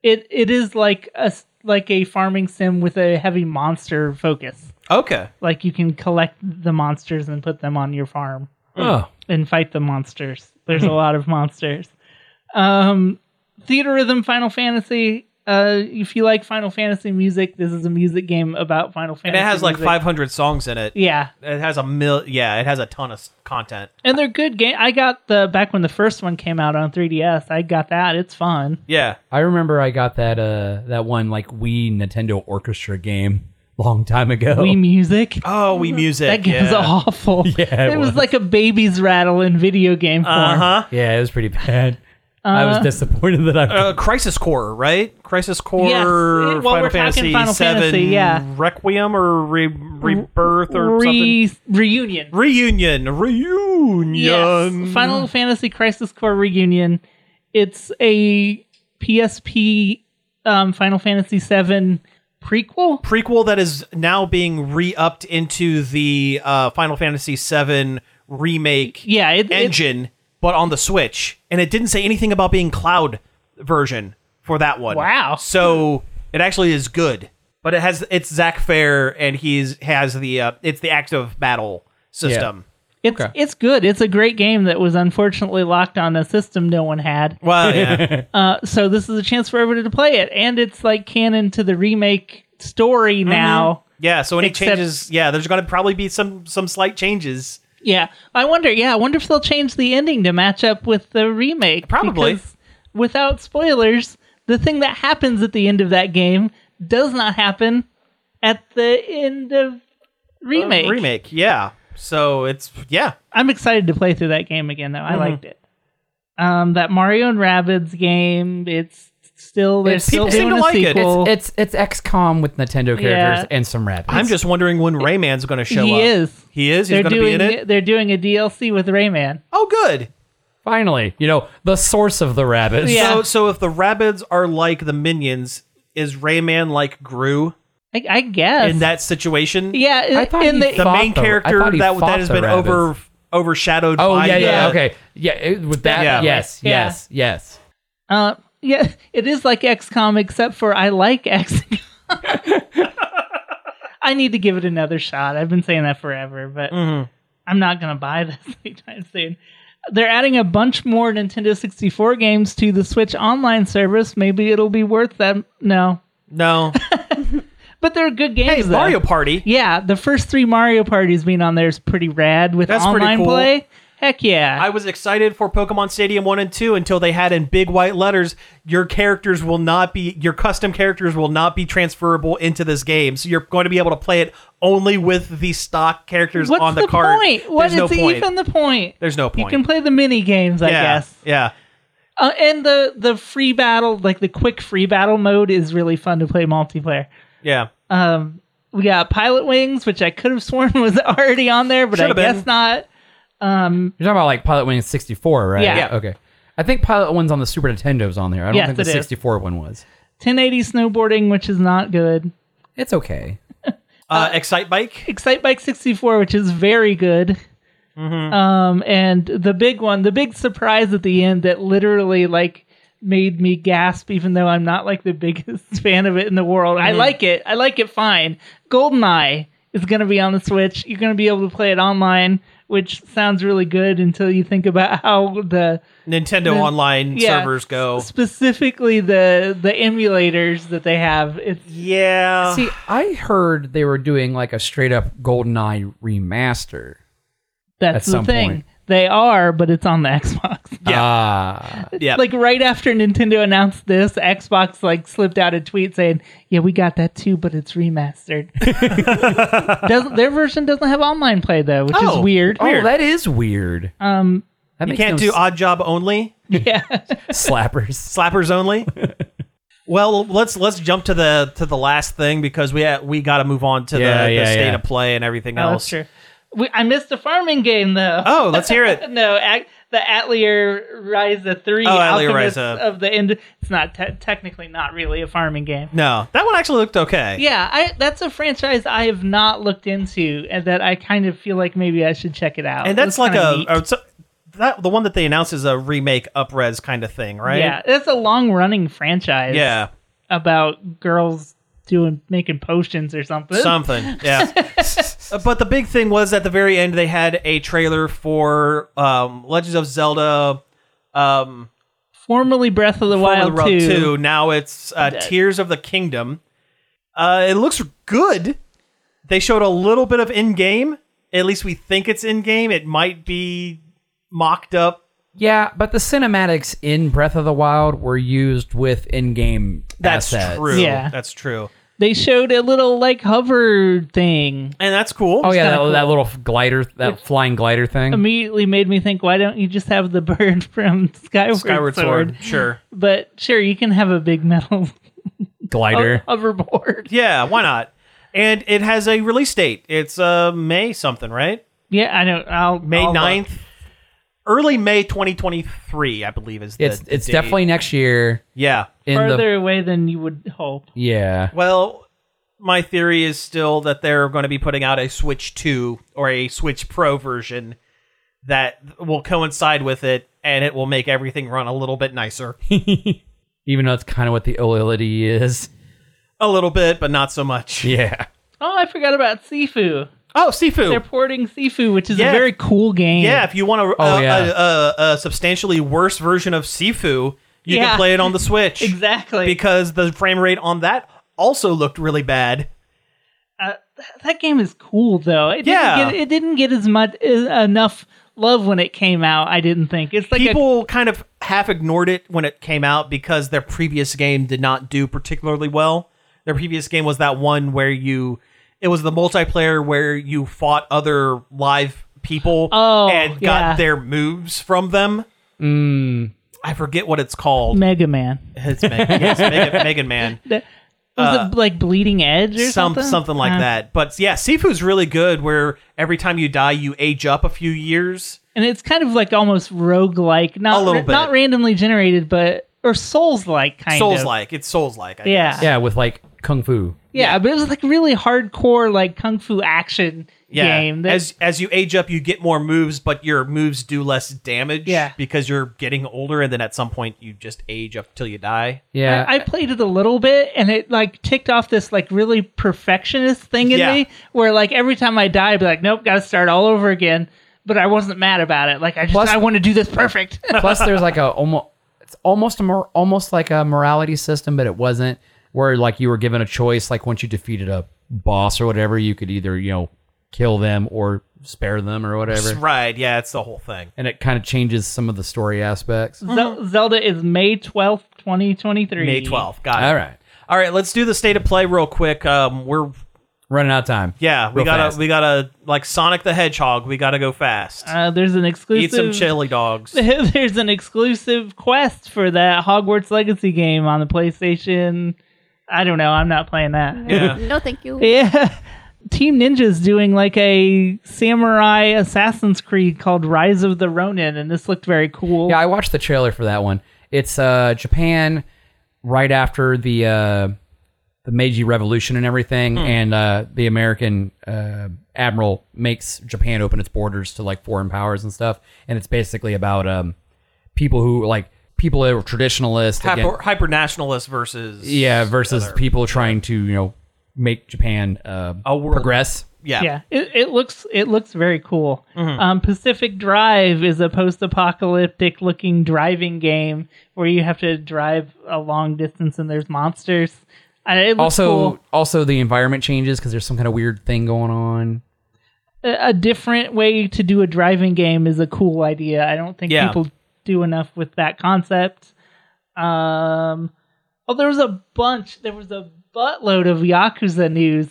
[SPEAKER 2] It it is like a s- like a farming sim with a heavy monster focus.
[SPEAKER 1] Okay.
[SPEAKER 2] Like you can collect the monsters and put them on your farm
[SPEAKER 5] uh.
[SPEAKER 3] Oh,
[SPEAKER 2] and fight the monsters. There's a lot of monsters. Um, Theater Rhythm Final Fantasy. Uh, if you like Final Fantasy music, this is a music game about Final
[SPEAKER 1] And
[SPEAKER 2] Fantasy.
[SPEAKER 1] it has like
[SPEAKER 2] music.
[SPEAKER 1] 500 songs in it.
[SPEAKER 2] Yeah,
[SPEAKER 1] It has a mil. Yeah, it has a ton of s- content.
[SPEAKER 2] and they're good game. I got the back when the first one came out on 3DS. I got that. It's fun.
[SPEAKER 1] Yeah.
[SPEAKER 3] I remember I got that uh that one like Wii Nintendo Orchestra game long time ago.
[SPEAKER 2] Wii music.
[SPEAKER 1] Oh, we music.
[SPEAKER 2] Mhm. that game was
[SPEAKER 1] yeah.
[SPEAKER 2] awful.
[SPEAKER 3] Yeah, it
[SPEAKER 2] it, was.
[SPEAKER 3] was.
[SPEAKER 2] like a baby's rattle in video game form.
[SPEAKER 1] Uh huh.
[SPEAKER 3] yeah, it was pretty bad.
[SPEAKER 2] Uh,
[SPEAKER 3] I was disappointed that I.
[SPEAKER 1] Uh, Crisis Core, right? Crisis Core,
[SPEAKER 2] Yes. It- well,
[SPEAKER 1] Final
[SPEAKER 2] we're talking
[SPEAKER 1] Fantasy
[SPEAKER 2] Final Fantasy,
[SPEAKER 1] VII
[SPEAKER 2] yeah.
[SPEAKER 1] Requiem or re- Rebirth or something.
[SPEAKER 2] Re- reunion.
[SPEAKER 1] Reunion, reunion.
[SPEAKER 2] Yes. Final Fantasy Crisis Core Reunion. It's a PSP um, Final Fantasy VII prequel.
[SPEAKER 1] prequel that is now being re-upped into the uh, Final Fantasy VII remake
[SPEAKER 2] Yeah, it, it-
[SPEAKER 1] engine, but on the Switch, and it didn't say anything about being cloud version for that one.
[SPEAKER 2] Wow.
[SPEAKER 1] So it actually is good, but it has it's Zach Fair, and he's has the uh, it's the active battle system.
[SPEAKER 2] it's
[SPEAKER 3] Okay.
[SPEAKER 2] it's good. It's a great game that was unfortunately locked on a system no one had.
[SPEAKER 1] Well, yeah,
[SPEAKER 2] Uh, so this is a chance for everybody to play it, and it's like canon to the remake story
[SPEAKER 1] Mm-hmm.
[SPEAKER 2] now.
[SPEAKER 1] yeah. So any
[SPEAKER 2] Except-
[SPEAKER 1] changes, yeah, there's going to probably be some some slight changes.
[SPEAKER 2] Yeah, I wonder. Yeah, I wonder if they'll change the ending to match up with the remake.
[SPEAKER 1] Probably.
[SPEAKER 2] because without spoilers, the thing that happens at the end of that game does not happen at the end of remake.
[SPEAKER 1] remake, yeah. So it's yeah,
[SPEAKER 2] I'm excited to play through that game again, though.
[SPEAKER 1] Mm-hmm.
[SPEAKER 2] I liked it. Um, that Mario and Rabbids game. It's still they're
[SPEAKER 3] It's-
[SPEAKER 2] still
[SPEAKER 1] people seem
[SPEAKER 2] doing
[SPEAKER 1] to
[SPEAKER 2] a
[SPEAKER 1] like it. It's-
[SPEAKER 2] sequel.
[SPEAKER 3] It's it's XCOM with Nintendo
[SPEAKER 2] Oh. Yeah.
[SPEAKER 3] characters and some rabbits.
[SPEAKER 1] I'm just wondering when Rayman's going to show
[SPEAKER 2] he
[SPEAKER 1] up.
[SPEAKER 2] is.
[SPEAKER 1] He is. He's
[SPEAKER 2] They're
[SPEAKER 1] going to be
[SPEAKER 2] doing
[SPEAKER 1] in it.
[SPEAKER 2] they're doing a DLC with Rayman.
[SPEAKER 1] Oh, good.
[SPEAKER 3] finally, you know, the source of the rabbits.
[SPEAKER 2] Yeah.
[SPEAKER 1] So, so if the rabbits are like the minions, is Rayman like Gru
[SPEAKER 2] I, I guess.
[SPEAKER 1] in that situation?
[SPEAKER 2] yeah,
[SPEAKER 3] I thought
[SPEAKER 2] in
[SPEAKER 3] he
[SPEAKER 2] the
[SPEAKER 1] the
[SPEAKER 3] Fought
[SPEAKER 1] main
[SPEAKER 3] the- I
[SPEAKER 1] character
[SPEAKER 3] thought he
[SPEAKER 1] that
[SPEAKER 3] fought
[SPEAKER 1] that has
[SPEAKER 3] the
[SPEAKER 1] been
[SPEAKER 3] rabbits.
[SPEAKER 1] over overshadowed.
[SPEAKER 3] Oh
[SPEAKER 1] by
[SPEAKER 3] yeah, yeah,
[SPEAKER 1] the-
[SPEAKER 3] okay, yeah. it- with that,
[SPEAKER 1] Yeah.
[SPEAKER 3] yes,
[SPEAKER 2] Yeah.
[SPEAKER 3] yes, yes.
[SPEAKER 2] uh, yeah, it is like XCOM except for I like XCOM. I need to give it another shot. I've been saying that forever, but
[SPEAKER 1] Mm-hmm.
[SPEAKER 2] I'm not going to buy this anytime soon. They're adding a bunch more Nintendo 64 games to the Switch online service. Maybe it'll be worth them. No.
[SPEAKER 1] No,
[SPEAKER 2] But they're good games.
[SPEAKER 1] hey,
[SPEAKER 2] though.
[SPEAKER 1] Mario Party.
[SPEAKER 2] Yeah, the first three Mario parties being on there is pretty rad with
[SPEAKER 1] That's pretty
[SPEAKER 2] online
[SPEAKER 1] cool.
[SPEAKER 2] play. Heck yeah.
[SPEAKER 1] I was excited for Pokemon Stadium One and Two until they had in big white letters: your characters will not be your custom characters will not be transferable into this game, so you're going to be able to play it only with the stock characters
[SPEAKER 2] What's
[SPEAKER 1] on the,
[SPEAKER 2] the
[SPEAKER 1] card.
[SPEAKER 2] point? What
[SPEAKER 1] There's no
[SPEAKER 2] is
[SPEAKER 1] point.
[SPEAKER 2] even the point?
[SPEAKER 1] There's no point.
[SPEAKER 2] You can play the mini games, I
[SPEAKER 1] yeah,
[SPEAKER 2] guess.
[SPEAKER 1] yeah.
[SPEAKER 2] Uh, and the the free battle, like the quick free battle mode, is really fun to play multiplayer.
[SPEAKER 1] Yeah.
[SPEAKER 2] Um, we got Pilot Wings, which I could have sworn was already on there, but
[SPEAKER 1] Should've
[SPEAKER 2] I
[SPEAKER 1] been.
[SPEAKER 2] guess not.
[SPEAKER 3] You're talking about like Pilot Wing 64, right?
[SPEAKER 2] Yeah. Yeah.
[SPEAKER 3] Okay. I think Pilot One's on the Super Nintendo's on there. I don't
[SPEAKER 2] Yes,
[SPEAKER 3] think
[SPEAKER 2] it
[SPEAKER 3] the
[SPEAKER 2] is.
[SPEAKER 3] 64 one was.
[SPEAKER 2] 1080 snowboarding, which is not good.
[SPEAKER 3] It's okay.
[SPEAKER 1] Uh, Excite Bike.
[SPEAKER 2] Excite Bike 64, which is very good.
[SPEAKER 3] Mm-hmm.
[SPEAKER 2] Um, and the big one, the big surprise at the end that literally like made me gasp, even though I'm not like the biggest fan of it in the world.
[SPEAKER 3] Mm-hmm.
[SPEAKER 2] I like it. I like it fine. Goldeneye is going to be on the Switch. You're going to be able to play it online, which sounds really good until you think about how the
[SPEAKER 1] Nintendo Online
[SPEAKER 2] yeah,
[SPEAKER 1] servers go.
[SPEAKER 2] specifically the the emulators that they have. It's
[SPEAKER 1] Yeah.
[SPEAKER 3] See, I heard they were doing like a straight up GoldenEye remaster. At
[SPEAKER 2] that's the
[SPEAKER 3] some
[SPEAKER 2] thing.
[SPEAKER 3] point.
[SPEAKER 2] They are, but it's on the Xbox.
[SPEAKER 1] Yeah.
[SPEAKER 3] Ah.
[SPEAKER 1] yeah.
[SPEAKER 2] like right after Nintendo announced this, Xbox like slipped out a tweet saying, "Yeah, we got that too, but it's remastered." doesn't their version doesn't have online play though, which
[SPEAKER 1] Oh.
[SPEAKER 2] is weird.
[SPEAKER 3] oh, that is weird. Um, that
[SPEAKER 1] you
[SPEAKER 3] makes
[SPEAKER 1] can't
[SPEAKER 3] no
[SPEAKER 1] do odd job only,
[SPEAKER 2] Yeah,
[SPEAKER 3] s- slappers.
[SPEAKER 1] slappers only. well, let's let's jump to the to the last thing because we we got to move on to
[SPEAKER 3] Yeah,
[SPEAKER 1] the, the
[SPEAKER 3] yeah,
[SPEAKER 1] state
[SPEAKER 3] yeah.
[SPEAKER 1] of play and everything
[SPEAKER 2] No, Oh, that's
[SPEAKER 1] else.
[SPEAKER 2] true. We, I missed a farming game though.
[SPEAKER 1] Oh, let's hear it.
[SPEAKER 2] no, ac- the Atelier Riza three
[SPEAKER 1] Oh, Atelier
[SPEAKER 2] Alchemists
[SPEAKER 1] Ryza.
[SPEAKER 2] of the end. It's not te- technically not really a farming game.
[SPEAKER 1] No, that one actually looked okay.
[SPEAKER 2] Yeah, I, that's a franchise I have not looked into, and that I kind of feel like maybe I should check it out.
[SPEAKER 1] and
[SPEAKER 2] It
[SPEAKER 1] that's
[SPEAKER 2] was
[SPEAKER 1] like
[SPEAKER 2] kinda
[SPEAKER 1] a,
[SPEAKER 2] neat.
[SPEAKER 1] a- so- that the one that they announced is a remake upres kind of thing, right?
[SPEAKER 2] Yeah, it's a long running franchise.
[SPEAKER 1] Yeah.
[SPEAKER 2] about girls doing making potions or something.
[SPEAKER 1] Something, yeah. Uh, but the big thing was at the very end they had a trailer for um, Legends of Zelda, um,
[SPEAKER 2] Formerly Breath of the Wild
[SPEAKER 1] Forward Road
[SPEAKER 2] 2.
[SPEAKER 1] 2. Now it's uh, Tears of the Kingdom. Uh, it looks good. They showed a little bit of in game. At least we think it's in game. It might be mocked up.
[SPEAKER 3] Yeah, but the cinematics in Breath of the Wild were used with in-game
[SPEAKER 1] That's
[SPEAKER 3] assets.
[SPEAKER 1] true.
[SPEAKER 2] Yeah.
[SPEAKER 1] That's true.
[SPEAKER 2] They showed a little like hover thing.
[SPEAKER 1] And that's cool.
[SPEAKER 3] Oh yeah, that,
[SPEAKER 2] kinda
[SPEAKER 3] that little glider, that flying glider thing.
[SPEAKER 2] Immediately made me think, why don't you just have the bird from Skyward,
[SPEAKER 1] Skyward
[SPEAKER 2] Sword?
[SPEAKER 1] Sword. Sure.
[SPEAKER 2] But sure, you can have a big metal Oh,
[SPEAKER 3] glider.
[SPEAKER 2] hoverboard.
[SPEAKER 1] Yeah, why not? And it has a release date. It's uh, May something, right?
[SPEAKER 2] Yeah, I know. I'll
[SPEAKER 1] May
[SPEAKER 2] I'll look.
[SPEAKER 1] 9th. Early May 2023, I believe is the
[SPEAKER 3] it's
[SPEAKER 1] the
[SPEAKER 3] it's
[SPEAKER 1] date.
[SPEAKER 3] definitely next year
[SPEAKER 1] Yeah.
[SPEAKER 3] in
[SPEAKER 2] Farther
[SPEAKER 3] the
[SPEAKER 2] away than you would hope.
[SPEAKER 3] yeah.
[SPEAKER 1] Well, my theory is still that they're going to be putting out a Switch 2 or a Switch Pro version that will coincide with it and it will make everything run a little bit nicer.
[SPEAKER 3] Even though it's kind of what the OLED is.
[SPEAKER 1] a little bit, but not so much.
[SPEAKER 3] Yeah.
[SPEAKER 2] Oh, I forgot about Sifu.
[SPEAKER 1] Oh,
[SPEAKER 2] They're
[SPEAKER 1] Sifu.
[SPEAKER 2] porting Sifu, which is
[SPEAKER 1] Yeah.
[SPEAKER 2] a very cool game.
[SPEAKER 1] Yeah, if you want a,
[SPEAKER 3] Oh,
[SPEAKER 1] a,
[SPEAKER 3] yeah.
[SPEAKER 1] a, a, a substantially worse version of Sifu, you
[SPEAKER 2] Yeah.
[SPEAKER 1] can play it on the Switch.
[SPEAKER 2] exactly.
[SPEAKER 1] Because the frame rate on that also looked really bad.
[SPEAKER 2] uh, th- that game is cool though. It
[SPEAKER 1] Yeah.
[SPEAKER 2] didn't get, it didn't get as much enough love when it came out. I didn't think it's like a-
[SPEAKER 1] People kind of half ignored it when it came out because their previous game did not do particularly well. Their previous game was that one where you, it was the multiplayer where you fought other live people
[SPEAKER 2] Oh,
[SPEAKER 1] and got
[SPEAKER 2] yeah. Mm.
[SPEAKER 1] their moves from them. I forget what it's called.
[SPEAKER 2] Mega Man.
[SPEAKER 1] It's Megan, yes, Megan, Megan Man,
[SPEAKER 2] That, was it like Bleeding Edge or
[SPEAKER 1] Uh, some
[SPEAKER 2] something?
[SPEAKER 1] something like
[SPEAKER 2] Uh,
[SPEAKER 1] that. But yeah, Sifu's really good. Where every time you die, you age up a few years.
[SPEAKER 2] And it's kind of like almost roguelike, not
[SPEAKER 1] A little
[SPEAKER 2] ra- not
[SPEAKER 1] bit.
[SPEAKER 2] randomly generated, but or Souls like kind of
[SPEAKER 1] Souls like it's Souls like.
[SPEAKER 2] Yeah. yeah,
[SPEAKER 3] Yeah, with like Kung Fu.
[SPEAKER 2] but it was like really hardcore like kung fu action
[SPEAKER 1] yeah.
[SPEAKER 2] game. That,
[SPEAKER 1] as as you age up, you get more moves, but your moves do less damage.
[SPEAKER 2] Yeah.
[SPEAKER 1] because you're getting older, and then at some point you just age up till you die.
[SPEAKER 3] Yeah.
[SPEAKER 2] I, I played it a little bit and it like ticked off this like really perfectionist thing in
[SPEAKER 1] Yeah.
[SPEAKER 2] me where like every time I die I'd be like, Nope, gotta start all over again. But I wasn't mad about it. Like I just
[SPEAKER 3] Plus-
[SPEAKER 2] I want to do this perfect.
[SPEAKER 3] Plus, there's like a almost it's almost a mor- almost like a morality system, but it wasn't where like you were given a choice. Like once you defeated a boss or whatever, you could either you know kill them or spare them or whatever.
[SPEAKER 1] Right? Yeah, it's the whole thing.
[SPEAKER 3] And it kind of changes some of the story aspects.
[SPEAKER 1] Mm-hmm.
[SPEAKER 2] Zel Zelda is May twelfth, twenty twenty three.
[SPEAKER 1] May twelfth. Got it.
[SPEAKER 3] All right,
[SPEAKER 1] All right. Let's do the state of play real quick. Um, we're
[SPEAKER 3] running out of time.
[SPEAKER 1] yeah, we
[SPEAKER 3] Real
[SPEAKER 1] gotta
[SPEAKER 3] fast.
[SPEAKER 1] we gotta like Sonic the Hedgehog. We gotta go fast.
[SPEAKER 2] Uh, there's an exclusive
[SPEAKER 1] Eat some chili dogs.
[SPEAKER 2] there's an exclusive quest for that Hogwarts Legacy game on the PlayStation. I don't know, I'm not playing that.
[SPEAKER 1] Yeah.
[SPEAKER 4] No, thank you.
[SPEAKER 2] Yeah. Team Ninja's doing like a samurai Assassin's Creed called Rise of the Ronin, and this looked very cool.
[SPEAKER 3] Yeah, I watched the trailer for that one. It's uh Japan right after the uh the Meiji Revolution and everything,
[SPEAKER 1] Hmm.
[SPEAKER 3] and uh the American uh admiral makes Japan open its borders to like foreign powers and stuff, and it's basically about um people who like people that were traditionalists again-
[SPEAKER 1] Hyper, hyper nationalist versus
[SPEAKER 3] yeah versus
[SPEAKER 1] other-
[SPEAKER 3] people trying to you know make Japan uh,
[SPEAKER 1] A world-
[SPEAKER 3] progress.
[SPEAKER 1] Yeah.
[SPEAKER 2] Yeah, it, it looks it looks very cool. Um, Pacific Drive is a post-apocalyptic looking driving game where you have to drive a long distance and there's monsters. And it looks
[SPEAKER 3] Also,
[SPEAKER 2] cool.
[SPEAKER 3] also the environment changes because there's some kind of weird thing going on.
[SPEAKER 2] a, a different way to do a driving game is a cool idea. I don't think
[SPEAKER 1] Yeah.
[SPEAKER 2] people do enough with that concept. Um, oh, there was a bunch. There was a buttload of Yakuza news.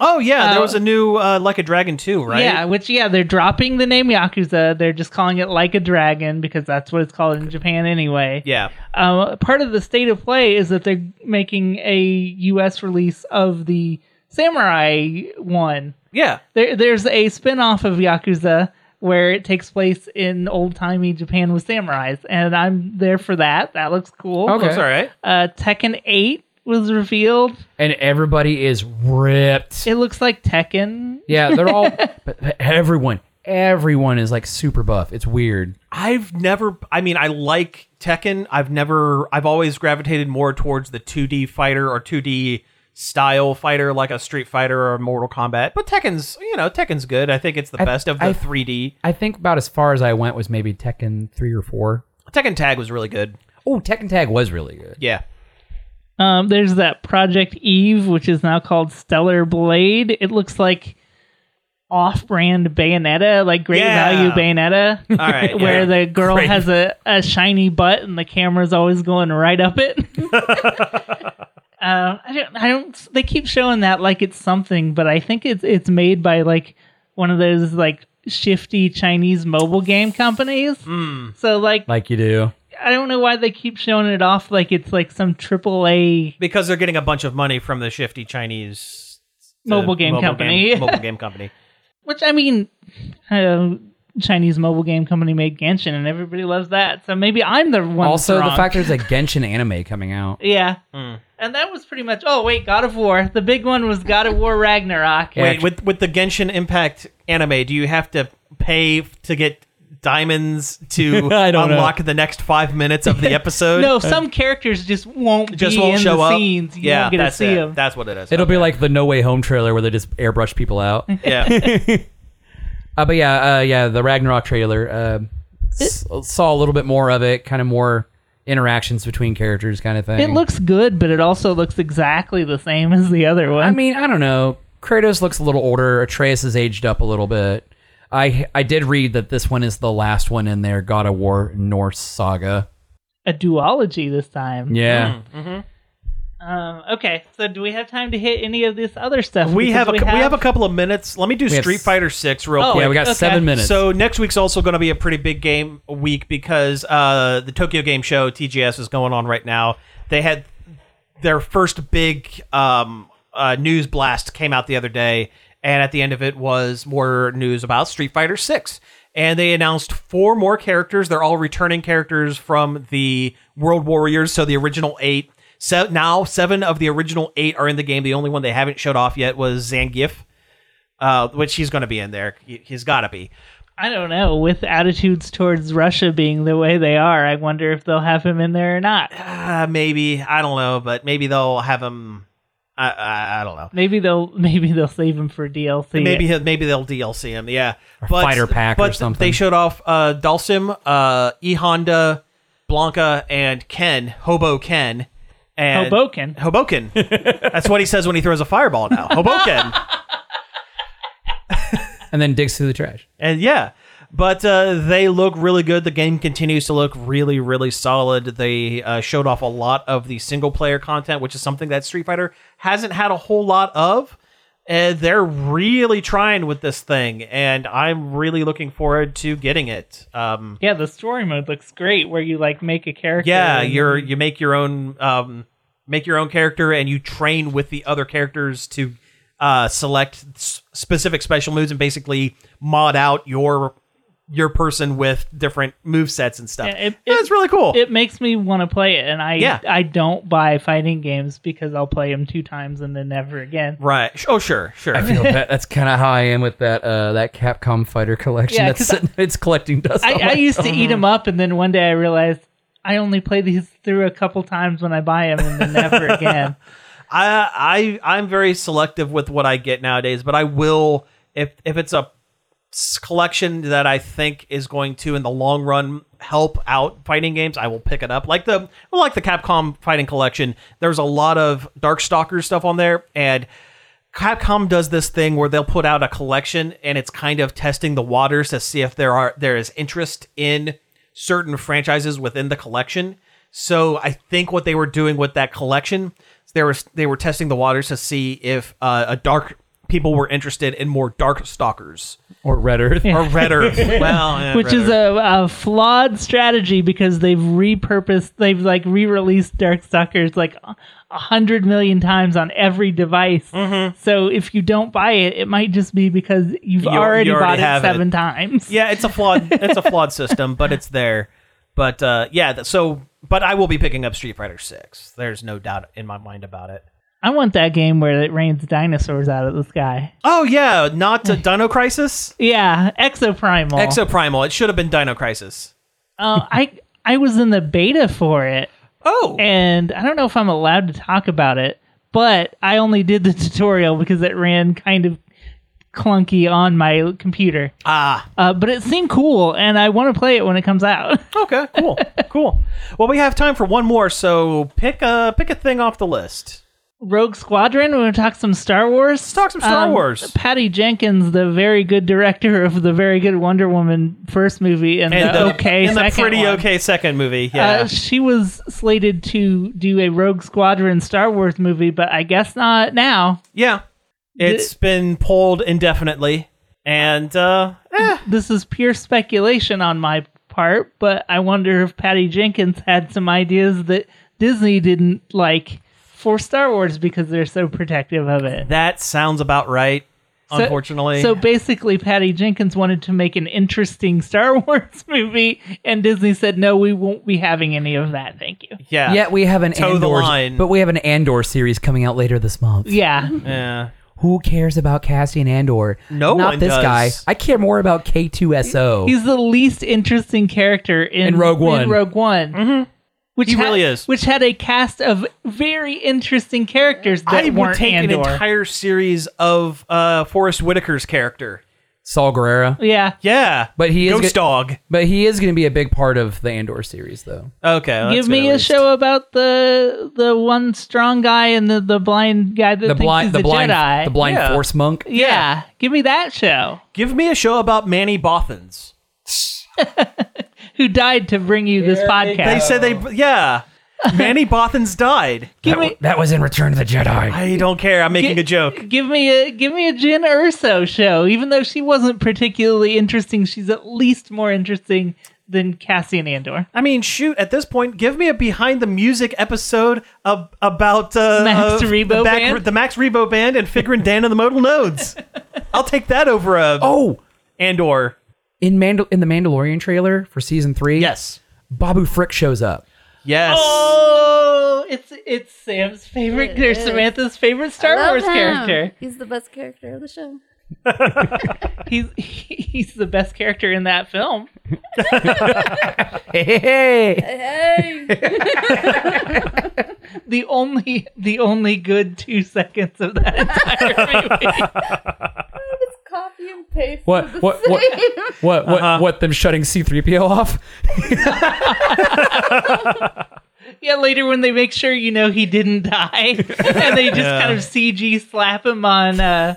[SPEAKER 1] Oh yeah, there
[SPEAKER 2] Uh,
[SPEAKER 1] was a new uh, Like a Dragon 2, right?
[SPEAKER 2] Yeah, which yeah, they're dropping the name Yakuza. They're just calling it like a dragon because that's what it's called in Japan anyway.
[SPEAKER 1] Yeah.
[SPEAKER 2] Um, part of the state of play is that they're making a U.S. release of the Samurai one.
[SPEAKER 1] Yeah.
[SPEAKER 2] There, there's a spin-off of Yakuza where it takes place in old-timey Japan with samurais, and I'm there for that. That looks cool.
[SPEAKER 3] Okay.
[SPEAKER 1] That's all right.
[SPEAKER 2] Uh, Tekken 8 was revealed.
[SPEAKER 3] And everybody is ripped.
[SPEAKER 2] It looks like Tekken.
[SPEAKER 3] Yeah, they're all. but but everyone, everyone is like super buff. It's weird.
[SPEAKER 1] I've never I mean, I like Tekken. I've never I've always gravitated more towards the 2D fighter or 2D style fighter like a Street Fighter or Mortal Kombat. But Tekken's, you know, Tekken's good. I think it's the
[SPEAKER 3] I-
[SPEAKER 1] best of the
[SPEAKER 3] I-
[SPEAKER 1] 3D.
[SPEAKER 3] I think about as far as I went was maybe Tekken three or four.
[SPEAKER 1] Tekken Tag was really good.
[SPEAKER 3] Oh, Tekken Tag was really good.
[SPEAKER 1] Yeah.
[SPEAKER 2] Um, there's that Project Eve, which is now called Stellar Blade. It looks like off-brand Bayonetta, like great
[SPEAKER 1] Yeah.
[SPEAKER 2] value Bayonetta,
[SPEAKER 1] All right.
[SPEAKER 2] where
[SPEAKER 1] yeah.
[SPEAKER 2] the girl
[SPEAKER 3] Great.
[SPEAKER 2] has a, a shiny butt and the camera's always going right up it. uh, I don't, I don't. They keep showing that like it's something, but I think it's it's made by like one of those like shifty Chinese mobile game companies.
[SPEAKER 3] Hmm.
[SPEAKER 2] So like,
[SPEAKER 3] Like you do.
[SPEAKER 2] I don't know why they keep showing it off like it's like some AAA
[SPEAKER 1] because they're getting a bunch of money from the shifty Chinese
[SPEAKER 2] Mobile
[SPEAKER 1] the
[SPEAKER 2] game company.
[SPEAKER 1] mobile game company.
[SPEAKER 2] Which I mean, uh, Chinese mobile game company made Genshin, and everybody loves that. So maybe I'm the one.
[SPEAKER 3] also,
[SPEAKER 2] that's
[SPEAKER 3] the
[SPEAKER 2] wrong.
[SPEAKER 3] fact there's a Genshin anime coming out.
[SPEAKER 2] yeah,
[SPEAKER 1] Hmm.
[SPEAKER 2] and that was pretty much. Oh wait, God of War. The big one was God of War Ragnarok.
[SPEAKER 1] Wait, with with the Genshin Impact anime, do you have to pay f- to get diamonds to
[SPEAKER 3] I don't know.
[SPEAKER 1] unlock the next five minutes of the episode.
[SPEAKER 2] No, some characters just won't
[SPEAKER 1] just
[SPEAKER 2] be
[SPEAKER 1] won't
[SPEAKER 2] in
[SPEAKER 1] show
[SPEAKER 2] the
[SPEAKER 1] up.
[SPEAKER 2] scenes. You
[SPEAKER 1] yeah,
[SPEAKER 2] won't get
[SPEAKER 1] that's
[SPEAKER 2] to see
[SPEAKER 1] it.
[SPEAKER 2] them.
[SPEAKER 1] That's what it is.
[SPEAKER 3] It'll be like the No Way Home trailer where they just airbrush people out.
[SPEAKER 1] yeah,
[SPEAKER 3] Uh, but yeah, uh, yeah, the Ragnarok trailer uh, s- saw a little bit more of it, kind of more interactions between characters, kind of thing.
[SPEAKER 2] It looks good, but it also looks exactly the same as the other one.
[SPEAKER 3] I mean, I don't know. Kratos looks a little older. Atreus has aged up a little bit. I I did read that this one is the last one in their God of War Norse saga.
[SPEAKER 2] a duology this time.
[SPEAKER 3] Yeah,
[SPEAKER 2] Um, okay, so do we have time to hit any of this other stuff?
[SPEAKER 1] we
[SPEAKER 2] Because
[SPEAKER 1] have a cou- we have a couple of minutes. Let me do
[SPEAKER 3] have
[SPEAKER 1] Street
[SPEAKER 3] s-
[SPEAKER 1] Fighter Six real
[SPEAKER 2] Oh,
[SPEAKER 1] quick.
[SPEAKER 3] yeah. We got
[SPEAKER 2] okay.
[SPEAKER 3] seven minutes.
[SPEAKER 1] So next week's also going to be a pretty big game week because uh, the Tokyo Game Show TGS is going on right now. They had their first big um, uh, news blast came out the other day, and at the end of it was more news about Street Fighter Six. And they announced four more characters. They're all returning characters from the World Warriors, so the original eight. So now seven of the original eight are in the game. The only one they haven't showed off yet was Zangief, uh, which he's going to be in there. He- He's got to be.
[SPEAKER 2] I don't know. With attitudes towards Russia being the way they are, I wonder if they'll have him in there or not.
[SPEAKER 1] Uh, maybe I don't know, but maybe they'll have him. I I, I don't know.
[SPEAKER 2] Maybe they'll maybe they'll save him for DLC.
[SPEAKER 1] Maybe he'll, maybe they'll DLC him. Yeah,
[SPEAKER 3] fighter pack or
[SPEAKER 1] but
[SPEAKER 3] something.
[SPEAKER 1] They showed off uh, Dalsim, uh, E Honda, Blanca, and Ken Hobo Ken. And
[SPEAKER 2] Hoboken.
[SPEAKER 1] Hoboken. That's what he says when he throws a fireball now. Hoboken.
[SPEAKER 3] and then digs through the trash.
[SPEAKER 1] And yeah, but uh, they look really good. The game continues to look really, really solid. They uh, showed off a lot of the single player content, which is something that Street Fighter hasn't had a whole lot of. And they're really trying with this thing, and I'm really looking forward to getting it. Um,
[SPEAKER 2] Yeah, the story mode looks great, where you like make a character.
[SPEAKER 1] yeah,
[SPEAKER 2] and-
[SPEAKER 1] you're you make your own um, make your own character, and you train with the other characters to uh, select s- specific special moves and basically mod out your your person with different move sets and stuff.
[SPEAKER 2] Yeah, it-
[SPEAKER 1] Yeah, it's really cool.
[SPEAKER 2] It makes me want to play it, and I
[SPEAKER 1] Yeah.
[SPEAKER 2] I don't buy fighting games because I'll play them two times and then never again.
[SPEAKER 1] right? Sh- Oh, sure, sure.
[SPEAKER 3] I feel that, that's kind of how I am with that uh, that Capcom fighter collection.
[SPEAKER 2] Yeah,
[SPEAKER 3] that's
[SPEAKER 2] 'cause I-
[SPEAKER 3] sitting, it's collecting dust. on
[SPEAKER 2] I, I
[SPEAKER 3] my-
[SPEAKER 2] used to eat
[SPEAKER 1] Uh-huh.
[SPEAKER 2] them up, and then one day I realized I only play these through a couple times when I buy them, and then never again.
[SPEAKER 1] I I I'm very selective with what I get nowadays, but I will if if it's a s- collection that I think is going to in the long run help out fighting games, I will pick it up. Like the like the Capcom fighting collection, there's a lot of Darkstalkers stuff on there and Capcom does this thing where they'll put out a collection and it's kind of testing the waters to see if there are there is interest in certain franchises within the collection. So I think what they were doing with that collection, they were they were testing the waters to see if uh, a dark people were interested in more dark stalkers
[SPEAKER 3] or Red Earth.
[SPEAKER 1] or red earth. well, yeah,
[SPEAKER 2] Which
[SPEAKER 1] Red
[SPEAKER 2] is
[SPEAKER 1] Earth.
[SPEAKER 2] a, a flawed strategy because they've repurposed, they've like re-released Darkstalkers like a a hundred million times on every device. So if you don't buy it, it might just be because you've
[SPEAKER 1] Mm-hmm. You- you
[SPEAKER 2] already,
[SPEAKER 1] already
[SPEAKER 2] bought it
[SPEAKER 1] have it.
[SPEAKER 2] seven times.
[SPEAKER 1] yeah, it's a flawed it's a flawed system, but it's there. But uh, yeah, th- so but I will be picking up Street Fighter Six. There's no doubt in my mind about it.
[SPEAKER 2] I want that game where it rains dinosaurs out of the sky.
[SPEAKER 1] Oh yeah, not uh, Dino Crisis.
[SPEAKER 2] Yeah, Exoprimal.
[SPEAKER 1] Exoprimal. It should have been Dino Crisis.
[SPEAKER 2] Uh, I I was in the beta for it,
[SPEAKER 1] Oh,
[SPEAKER 2] and I don't know if I'm allowed to talk about it, but I only did the tutorial because it ran kind of clunky on my computer.
[SPEAKER 1] ah,
[SPEAKER 2] Uh, but it seemed cool, and I want to play it when it comes out.
[SPEAKER 1] okay, cool, cool. Well, we have time for one more, so pick a pick a thing off the list.
[SPEAKER 2] Rogue Squadron. We're gonna talk some Star Wars. Let's
[SPEAKER 1] talk some Star Wars.
[SPEAKER 2] Patty Jenkins, the very good director of the very good Wonder Woman first movie, and,
[SPEAKER 1] And
[SPEAKER 2] the,
[SPEAKER 1] the-
[SPEAKER 2] okay
[SPEAKER 1] and the
[SPEAKER 2] second
[SPEAKER 1] pretty
[SPEAKER 2] one.
[SPEAKER 1] okay second movie.
[SPEAKER 2] Uh,
[SPEAKER 1] Yeah,
[SPEAKER 2] she was slated to do a Rogue Squadron Star Wars movie, but I guess not now.
[SPEAKER 1] yeah. It's been pulled indefinitely, and uh, eh,
[SPEAKER 2] This is pure speculation on my part, but I wonder if Patty Jenkins had some ideas that Disney didn't like for Star Wars because they're so protective of it.
[SPEAKER 1] that sounds about right.
[SPEAKER 2] So-
[SPEAKER 1] unfortunately,
[SPEAKER 2] So basically, Patty Jenkins wanted to make an interesting Star Wars movie, and Disney said, no, we won't be having any of that. Thank you.
[SPEAKER 1] yeah,
[SPEAKER 3] Yet we have an
[SPEAKER 1] Toe the
[SPEAKER 3] Andor,
[SPEAKER 1] line.
[SPEAKER 3] but we have an Andor series coming out later this month.
[SPEAKER 2] Yeah.
[SPEAKER 1] yeah.
[SPEAKER 3] Who cares about Cassian Andor?
[SPEAKER 1] No
[SPEAKER 3] not
[SPEAKER 1] one
[SPEAKER 3] this
[SPEAKER 1] does.
[SPEAKER 3] guy. I care more about K2SO.
[SPEAKER 2] He's the least interesting character in,
[SPEAKER 3] In Rogue One.
[SPEAKER 2] In Rogue One. Mm-hmm. Which
[SPEAKER 1] He
[SPEAKER 2] had-
[SPEAKER 1] really is.
[SPEAKER 2] Which had a cast of very interesting characters that
[SPEAKER 1] I would
[SPEAKER 2] weren't
[SPEAKER 1] take an
[SPEAKER 2] Andor.
[SPEAKER 1] entire series of uh, Forrest Whitaker's character.
[SPEAKER 3] Saul Guerrero.
[SPEAKER 2] yeah.
[SPEAKER 1] Yeah,
[SPEAKER 3] But he is
[SPEAKER 1] ghost
[SPEAKER 3] go-
[SPEAKER 1] dog.
[SPEAKER 3] But he is going to be a big part of the Andor series, though.
[SPEAKER 1] Okay, well, that's
[SPEAKER 2] Give
[SPEAKER 1] good
[SPEAKER 2] me
[SPEAKER 1] at
[SPEAKER 2] a
[SPEAKER 1] least.
[SPEAKER 2] show about the the one strong guy and the, the blind guy that
[SPEAKER 3] The
[SPEAKER 2] thinks
[SPEAKER 3] blind,
[SPEAKER 2] he's
[SPEAKER 3] the
[SPEAKER 2] a
[SPEAKER 3] blind,
[SPEAKER 2] Jedi.
[SPEAKER 3] the blind
[SPEAKER 1] Yeah.
[SPEAKER 3] force monk.
[SPEAKER 2] yeah. give me that show.
[SPEAKER 1] Give me a show about Manny Bothans.
[SPEAKER 2] Who died to bring you this
[SPEAKER 1] They
[SPEAKER 2] podcast?
[SPEAKER 1] said they yeah. Manny Bothans died.
[SPEAKER 2] give me
[SPEAKER 3] That was in Return of the Jedi.
[SPEAKER 1] I don't care. I'm making a joke.
[SPEAKER 2] give me a give me a Jin Urso show. Even though she wasn't particularly interesting, she's at least more interesting than Cassian Andor.
[SPEAKER 1] I mean, shoot. At this point, give me a behind the music episode ab- about uh,
[SPEAKER 2] Max
[SPEAKER 1] uh,
[SPEAKER 2] Rebo
[SPEAKER 1] the,
[SPEAKER 2] Band?
[SPEAKER 1] the Max Rebo band and figuring Dan and the modal nodes. I'll take that over a
[SPEAKER 3] Oh,
[SPEAKER 1] Andor.
[SPEAKER 3] in Mandal- in the Mandalorian trailer for season three,
[SPEAKER 1] Yes,
[SPEAKER 3] Babu Frick shows up.
[SPEAKER 1] yes.
[SPEAKER 2] Oh, it's it's Sam's favorite or Samantha's favorite Star
[SPEAKER 4] Love
[SPEAKER 2] Wars
[SPEAKER 4] him.
[SPEAKER 2] character.
[SPEAKER 4] He's the best character of the show.
[SPEAKER 2] He's he's the best character in that film.
[SPEAKER 3] Hey, hey, hey.
[SPEAKER 4] Hey,
[SPEAKER 2] The only the only good two seconds of that entire movie.
[SPEAKER 4] copy and paste.
[SPEAKER 3] What,
[SPEAKER 4] of the
[SPEAKER 3] what, what?
[SPEAKER 4] same.
[SPEAKER 3] What? What? What? Them shutting C-3PO off?
[SPEAKER 2] Yeah, later when they make sure you know he didn't die, and they just kind of CG slap him on uh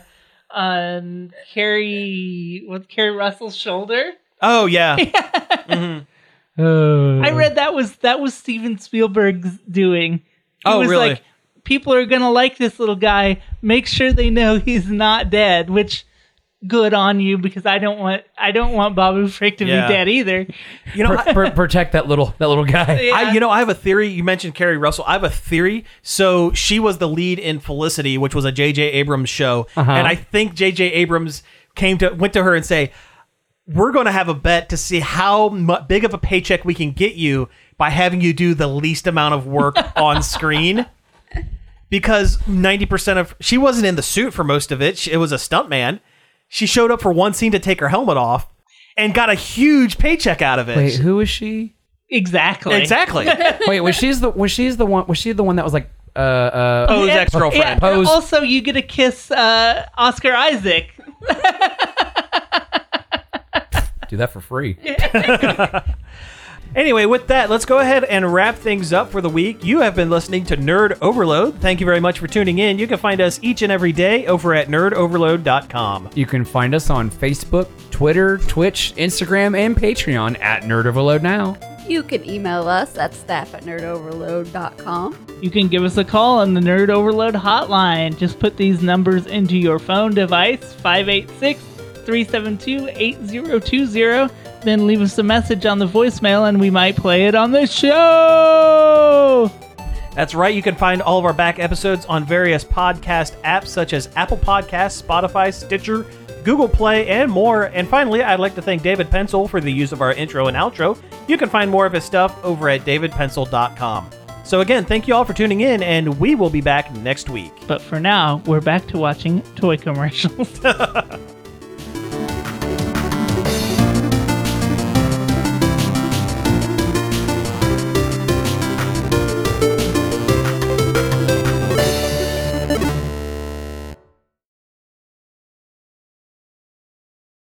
[SPEAKER 2] on Carrie what Carrie Russell's shoulder.
[SPEAKER 1] Oh yeah. Mm.
[SPEAKER 2] I read that was that was Steven Spielberg's doing. He
[SPEAKER 1] Oh,
[SPEAKER 2] was
[SPEAKER 1] really?
[SPEAKER 2] Like, People are gonna like this little guy. Make sure they know he's not dead. Which, good on you because I don't want I don't want Babu Frick to
[SPEAKER 1] Yeah.
[SPEAKER 2] be dead either. Uh,
[SPEAKER 1] You know, I-
[SPEAKER 3] Pr- protect that little that little guy.
[SPEAKER 1] I, you know, I have a theory. You mentioned Carrie Russell. I have a theory. So she was the lead in Felicity, which was a J.J. Abrams show,
[SPEAKER 3] Uh-huh.
[SPEAKER 1] and I think J.J. Abrams came to went to her and say, "We're going to have a bet to see how mu- big of a paycheck we can get you by having you do the least amount of work on screen." Because ninety percent of she wasn't in the suit for most of it. She, it was a stuntman. She showed up for one scene to take her helmet off and got a huge paycheck out of it.
[SPEAKER 3] Wait, who is she?
[SPEAKER 2] Exactly.
[SPEAKER 1] Exactly.
[SPEAKER 3] Wait, was she's the was she's the one was she the one that was like uh uh
[SPEAKER 1] Poe's
[SPEAKER 2] Yeah.
[SPEAKER 1] ex-girlfriend.
[SPEAKER 2] Yeah, and
[SPEAKER 3] Pose.
[SPEAKER 2] Also, you get to kiss uh, Oscar Isaac.
[SPEAKER 3] do that for free?
[SPEAKER 1] Anyway, with that, let's go ahead and wrap things up for the week. You have been listening to Nerd Overload. Thank you very much for tuning in. You can find us each and every day over at nerdoverload.com.
[SPEAKER 3] You can find us on Facebook, Twitter, Twitch, Instagram, and Patreon at Nerd Overload now.
[SPEAKER 4] You can email us at staff at nerdoverload.com.
[SPEAKER 2] You can give us a call on the Nerd Overload hotline. Just put these numbers into your phone device 586 372 8020. Then leave us a message on the voicemail and we might play it on the show.
[SPEAKER 1] That's right. You can find all of our back episodes on various podcast apps such as Apple Podcasts, Spotify, Stitcher, Google Play, and more. And finally, I'd like to thank David Pencil for the use of our intro and outro. You can find more of his stuff over at davidpencil.com. So again, thank you all for tuning in, and we will be back next week.
[SPEAKER 2] But for now, we're back to watching toy commercials.